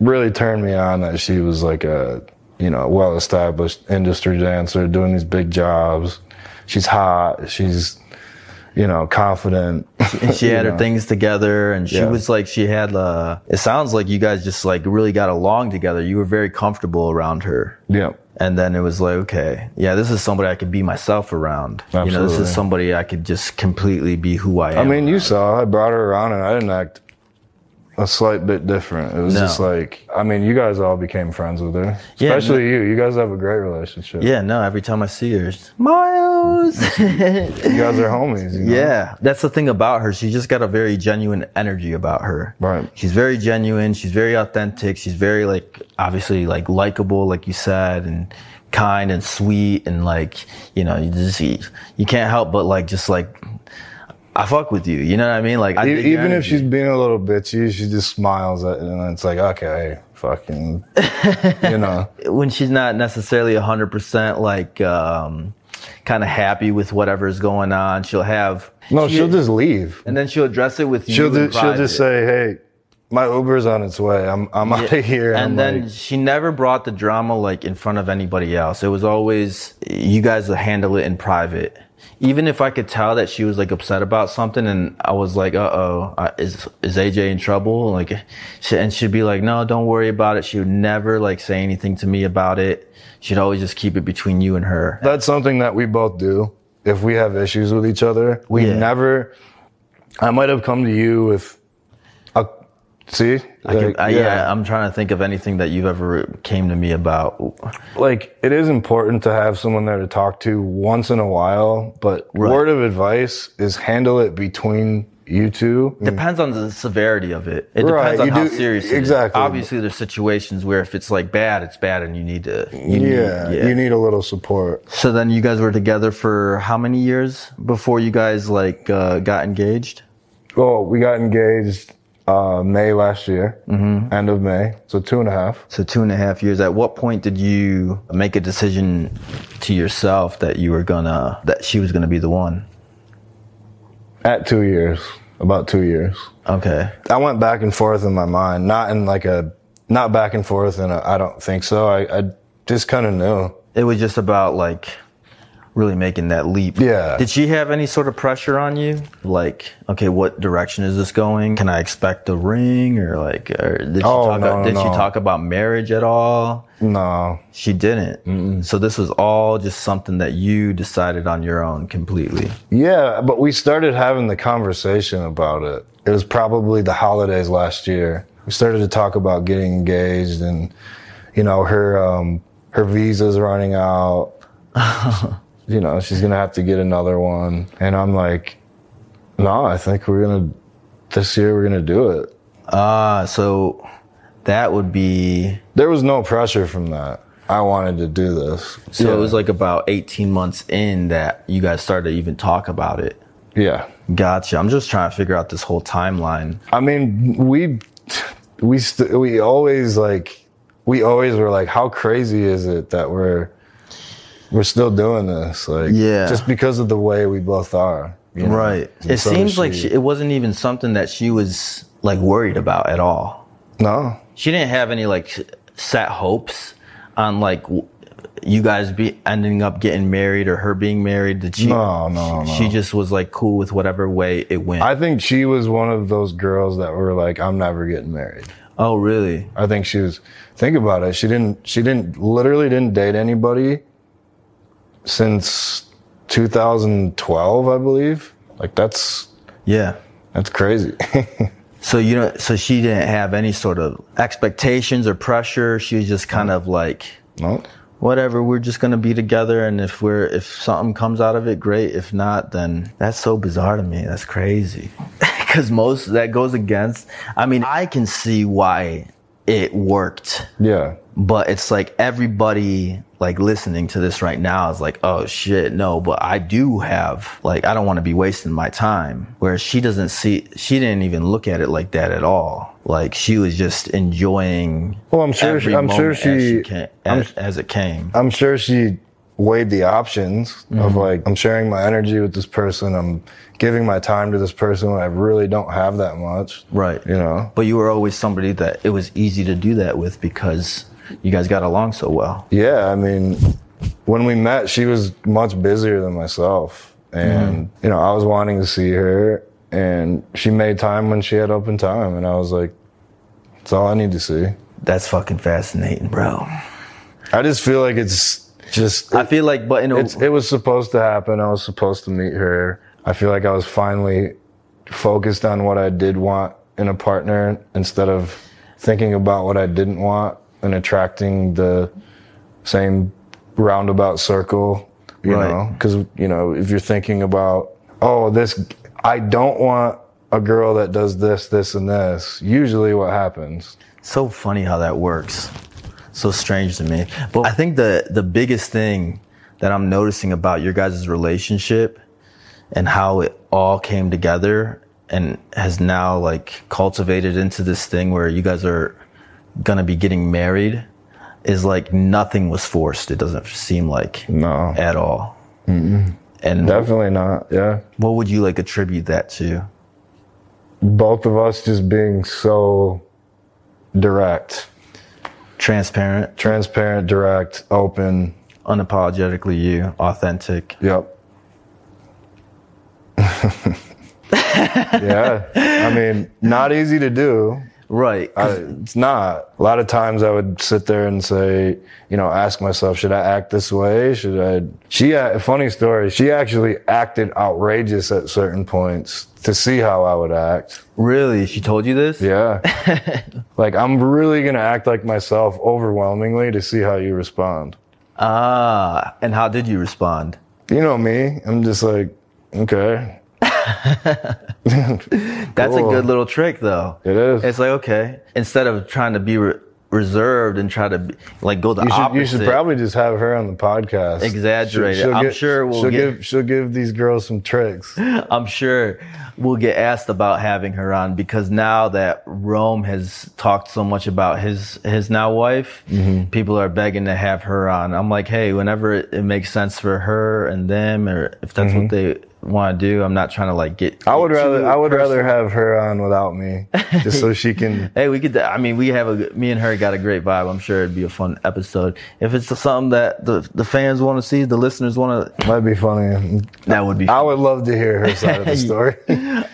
[SPEAKER 2] really turned me on that she was like a, you know, well established industry dancer doing these big jobs. She's hot. She's, you know, confident.
[SPEAKER 1] And she had her things together, and she
[SPEAKER 2] Yeah.
[SPEAKER 1] was like, she had. Uh, it sounds like you guys just like really got along together. You were very comfortable around her.
[SPEAKER 2] yeah.
[SPEAKER 1] And then it was like, okay, yeah, this is somebody I could be myself around. You know, this
[SPEAKER 2] Absolutely.
[SPEAKER 1] is somebody I could just completely be who I am.
[SPEAKER 2] I mean, you saw, I brought her around and I didn't act a slight bit different. It was
[SPEAKER 1] No.
[SPEAKER 2] just like, I mean, you guys all became friends with her,
[SPEAKER 1] Yeah, no-
[SPEAKER 2] especially you. You guys have a great relationship.
[SPEAKER 1] yeah, no, every time I see her, it's, Miles.
[SPEAKER 2] You guys are homies. You know?
[SPEAKER 1] Yeah, that's the thing about her. She's just got a very genuine energy about her.
[SPEAKER 2] Right.
[SPEAKER 1] She's very genuine. She's very authentic. She's very like obviously like likable, like you said, and kind and sweet and like you know you just you, you can't help but like just like I fuck with you. You know what I mean? Like I
[SPEAKER 2] E-
[SPEAKER 1] dig your
[SPEAKER 2] Even if
[SPEAKER 1] energy.
[SPEAKER 2] she's being a little bitchy, she just smiles at it and it's like, okay, fucking, you know.
[SPEAKER 1] when she's not necessarily 100% like um kind of happy with whatever's going on, she'll have
[SPEAKER 2] No,
[SPEAKER 1] she-
[SPEAKER 2] she'll just leave.
[SPEAKER 1] and then she'll address it with
[SPEAKER 2] She'll
[SPEAKER 1] you. in
[SPEAKER 2] just, she'll
[SPEAKER 1] private.
[SPEAKER 2] just say, "Hey, my Uber's on its way. I'm I'm out of here."
[SPEAKER 1] And
[SPEAKER 2] I'm
[SPEAKER 1] then
[SPEAKER 2] like,
[SPEAKER 1] she never brought the drama like in front of anybody else. It was always you guys will handle it in private. Even if I could tell that she was like upset about something, and I was like, "Uh oh, uh, is is AJ in trouble?" Like, she, and she'd be like, "No, don't worry about it." She would never like say anything to me about it. She'd always just keep it between you and her.
[SPEAKER 2] that's something that we both do. If we have issues with each other, we
[SPEAKER 1] Yeah.
[SPEAKER 2] never. I might have come to you with a see.
[SPEAKER 1] I can- I- yeah. I'm trying to think of anything that you've ever came to me about.
[SPEAKER 2] like it is important to have someone there to talk to once in a while. But word of advice is handle it between you two. Mm.
[SPEAKER 1] Depends on the severity of it. It
[SPEAKER 2] Right,
[SPEAKER 1] depends on
[SPEAKER 2] you
[SPEAKER 1] how
[SPEAKER 2] do-
[SPEAKER 1] serious it is.
[SPEAKER 2] exactly.
[SPEAKER 1] Obviously, there's situations where if it's like bad, it's bad, and you need to. You need-
[SPEAKER 2] yeah, you need a little support.
[SPEAKER 1] So then you guys were together for how many years before you guys like uh, got engaged?
[SPEAKER 2] Well, we got engaged uh, May last year,
[SPEAKER 1] Mm-hmm.
[SPEAKER 2] end of May, so two and a half.
[SPEAKER 1] So two and a half years. At what point did you make a decision to yourself that you were gonna that she was gonna be the one?
[SPEAKER 2] At two years, about two years.
[SPEAKER 1] Okay.
[SPEAKER 2] I went back and forth in my mind, not in like a, not back and forth, and I don't think so. I, I just kind of knew.
[SPEAKER 1] It was just about like really making that leap.
[SPEAKER 2] Yeah.
[SPEAKER 1] Did she have any sort of pressure on you? Like, okay, what direction is this going? Can I expect a ring or like, or did she,
[SPEAKER 2] Oh,
[SPEAKER 1] talk,
[SPEAKER 2] no, no,
[SPEAKER 1] did she
[SPEAKER 2] no.
[SPEAKER 1] talk about marriage at all?
[SPEAKER 2] No,
[SPEAKER 1] She didn't. So this was all just something that you decided on your own completely.
[SPEAKER 2] yeah, but we started having the conversation about it. It was probably the holidays last year. We started to talk about getting engaged, and you know her um, her visa's running out. you know she's gonna have to get another one, and I'm like, no, I think we're gonna this year we're gonna do it.
[SPEAKER 1] Ah, so that would be,
[SPEAKER 2] There was no pressure from that. I wanted to do this.
[SPEAKER 1] so it was like about 18 months in that you guys started to even talk about it.
[SPEAKER 2] yeah.
[SPEAKER 1] Gotcha. I'm just trying to figure out this whole timeline.
[SPEAKER 2] I mean, we we st- we always like we always were like, how crazy is it that we're we're still doing this? Like,
[SPEAKER 1] Yeah.
[SPEAKER 2] just because of the way we both are. you know?
[SPEAKER 1] Right.
[SPEAKER 2] And
[SPEAKER 1] It
[SPEAKER 2] so does
[SPEAKER 1] seems like
[SPEAKER 2] she.
[SPEAKER 1] she, it wasn't even something that she was like worried about at all.
[SPEAKER 2] No,
[SPEAKER 1] She didn't have any like set hopes on like w- you guys be ending up getting married or her being married? Did she?
[SPEAKER 2] No, no,
[SPEAKER 1] she,
[SPEAKER 2] no.
[SPEAKER 1] she just was like cool with whatever way it went.
[SPEAKER 2] I think she was one of those girls that were like, I'm never getting married.
[SPEAKER 1] oh, really?
[SPEAKER 2] I think she was think about it. She didn't she didn't literally didn't date anybody since 2012, I believe. Like that's
[SPEAKER 1] Yeah.
[SPEAKER 2] that's crazy.
[SPEAKER 1] So you know, so she didn't have any sort of expectations or pressure. She was just
[SPEAKER 2] Mm.
[SPEAKER 1] kind of like,
[SPEAKER 2] no.
[SPEAKER 1] whatever. We're just gonna be together, and if we're if something comes out of it, great. If not, then that's so bizarre to me. That's crazy. Because most that goes against. I mean, I can see why it worked.
[SPEAKER 2] Yeah.
[SPEAKER 1] but it's like everybody like listening to this right now is like oh shit no but i do have like i don't want to be wasting my time whereas she doesn't see she didn't even look at it like that at all like she was just enjoying
[SPEAKER 2] Well, I'm sure she,
[SPEAKER 1] every
[SPEAKER 2] I'm sure
[SPEAKER 1] moment as,
[SPEAKER 2] she,
[SPEAKER 1] came,
[SPEAKER 2] I'm-
[SPEAKER 1] as, as it came
[SPEAKER 2] I'm sure she weighed the options
[SPEAKER 1] Mm-hmm.
[SPEAKER 2] of like I'm sharing my energy with this person, I'm giving my time to this person when I really don't have that much.
[SPEAKER 1] right
[SPEAKER 2] You know.
[SPEAKER 1] but you were always somebody that it was easy to do that with because you guys got along so well
[SPEAKER 2] Yeah, I mean, when we met, she was much busier than myself. And,
[SPEAKER 1] Mm-hmm.
[SPEAKER 2] you know, I was wanting to see her, and she made time when she had open time. And I was like, that's all I need to see.
[SPEAKER 1] that's fucking fascinating bro
[SPEAKER 2] I just feel like it's just,
[SPEAKER 1] i feel like but in a,
[SPEAKER 2] it's, it was supposed to happen. I was supposed to meet her. I feel like I was finally focused on what I did want in a partner instead of thinking about what I didn't want and attracting the same roundabout circle, you
[SPEAKER 1] Right.
[SPEAKER 2] know? Cause, you know, if you're thinking about, oh, this, I don't want a girl that does this, this, and this, usually what happens.
[SPEAKER 1] So funny how that works. So strange to me. But I think the the biggest thing that I'm noticing about your guys' relationship and how it all came together and has now like cultivated into this thing where you guys are gonna be getting married is like nothing was forced. It doesn't seem like
[SPEAKER 2] No,
[SPEAKER 1] at all.
[SPEAKER 2] Mm-hmm.
[SPEAKER 1] And
[SPEAKER 2] definitely not. Yeah.
[SPEAKER 1] what would you like attribute that to?
[SPEAKER 2] both of us just being so direct,
[SPEAKER 1] Transparent,
[SPEAKER 2] transparent, direct, open.
[SPEAKER 1] unapologetically you, authentic.
[SPEAKER 2] Yep. yeah. I mean, not easy to do.
[SPEAKER 1] Right.
[SPEAKER 2] I,
[SPEAKER 1] 'cause-
[SPEAKER 2] it's not. A lot of times I would sit there and say, you know, ask myself, should I act this way? Should I? She, a- funny story, she actually acted outrageous at certain points to see how I would act.
[SPEAKER 1] Really? She told you this?
[SPEAKER 2] Yeah. like I'm really gonna act like myself overwhelmingly to see how you respond.
[SPEAKER 1] Ah, and how did you respond?
[SPEAKER 2] You know me. I'm just like, okay,
[SPEAKER 1] That's
[SPEAKER 2] Cool.
[SPEAKER 1] a good little trick, though.
[SPEAKER 2] it is.
[SPEAKER 1] It's like, okay, instead of trying to be re- reserved and try to be, like go the
[SPEAKER 2] you should,
[SPEAKER 1] opposite.
[SPEAKER 2] you should probably just have her on the podcast.
[SPEAKER 1] Exaggerate it. I'm sure we'll
[SPEAKER 2] she'll
[SPEAKER 1] get-
[SPEAKER 2] give she'll give these girls some tricks.
[SPEAKER 1] I'm sure we'll get asked about having her on because now that Rome has talked so much about his his now wife,
[SPEAKER 2] Mm-hmm.
[SPEAKER 1] people are begging to have her on. I'm like, hey, whenever it, it makes sense for her and them, or if that's what they want to do, I'm not trying to like get.
[SPEAKER 2] Mm-hmm. I would
[SPEAKER 1] too
[SPEAKER 2] rather I would rather have her on without me, just so she can.
[SPEAKER 1] Hey, we could. I mean, we have a. Me and her got a great vibe. I'm sure it'd be a fun episode. If it's something that the the fans want to see, the listeners want to,
[SPEAKER 2] Might be funny.
[SPEAKER 1] that would be.
[SPEAKER 2] I
[SPEAKER 1] Fun.
[SPEAKER 2] would love to hear her side of the story.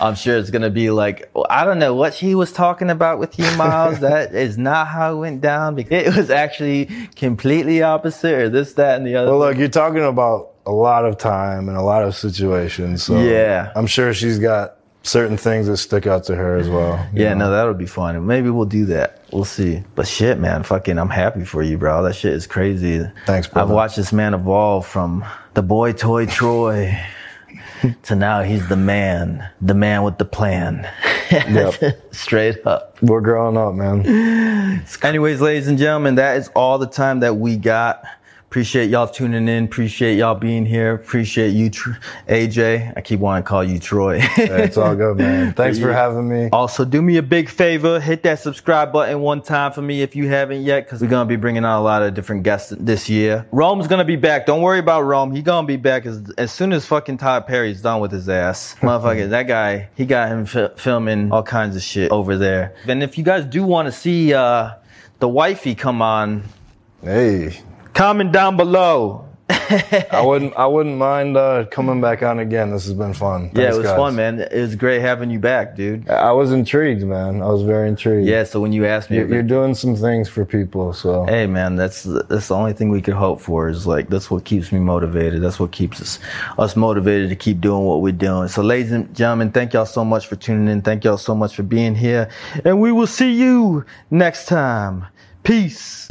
[SPEAKER 1] I'm sure it's gonna be like "Well, I don't know what she was talking about with you, Miles. that is not how it went down. Because it was actually completely opposite, or this, that, and the other.
[SPEAKER 2] Well, look, you're talking about a lot of time and a lot of situations. So
[SPEAKER 1] Yeah.
[SPEAKER 2] I'm sure she's got certain things that stick out to her as well. you
[SPEAKER 1] yeah,
[SPEAKER 2] know?
[SPEAKER 1] no, that would be fun. Maybe we'll do that. We'll see. But shit, man, fucking, I'm happy for you, bro. That shit is crazy.
[SPEAKER 2] Thanks,
[SPEAKER 1] I've
[SPEAKER 2] brother.
[SPEAKER 1] watched this man evolve from the boy toy Troy to now he's the man, the man with the plan.
[SPEAKER 2] Yep.
[SPEAKER 1] Straight up.
[SPEAKER 2] We're growing up, man.
[SPEAKER 1] Anyways, ladies and gentlemen, that is all the time that we got. Appreciate y'all tuning in. Appreciate y'all being here. Appreciate you, Tr- AJ. I keep wanting to call you Troy.
[SPEAKER 2] It's all good, man. Thanks for having me.
[SPEAKER 1] Also, do me a big favor, hit that subscribe button one time for me if you haven't yet, because we're gonna be bringing on a lot of different guests this year. Rome's gonna be back. Don't worry about Rome. He gonna be back as, as soon as fucking Todd Perry's done with his ass. Motherfucker, that guy, he got him fi- filming all kinds of shit over there. And if you guys do want to see uh, the wifey come on,
[SPEAKER 2] Hey,
[SPEAKER 1] Comment down below.
[SPEAKER 2] I wouldn't. I wouldn't mind uh, coming back on again. This has been fun.
[SPEAKER 1] Yeah,
[SPEAKER 2] Thanks,
[SPEAKER 1] it was
[SPEAKER 2] guys.
[SPEAKER 1] fun, man. It was great having you back, dude.
[SPEAKER 2] I was intrigued, man. I was very intrigued.
[SPEAKER 1] Yeah, so when you asked me,
[SPEAKER 2] You're, you're doing some things for people, so
[SPEAKER 1] hey, man, that's that's the only thing we could hope for is like that's what keeps me motivated. That's what keeps us us motivated to keep doing what we're doing. So, ladies and gentlemen, thank y'all so much for tuning in. Thank y'all so much for being here, and we will see you next time. Peace.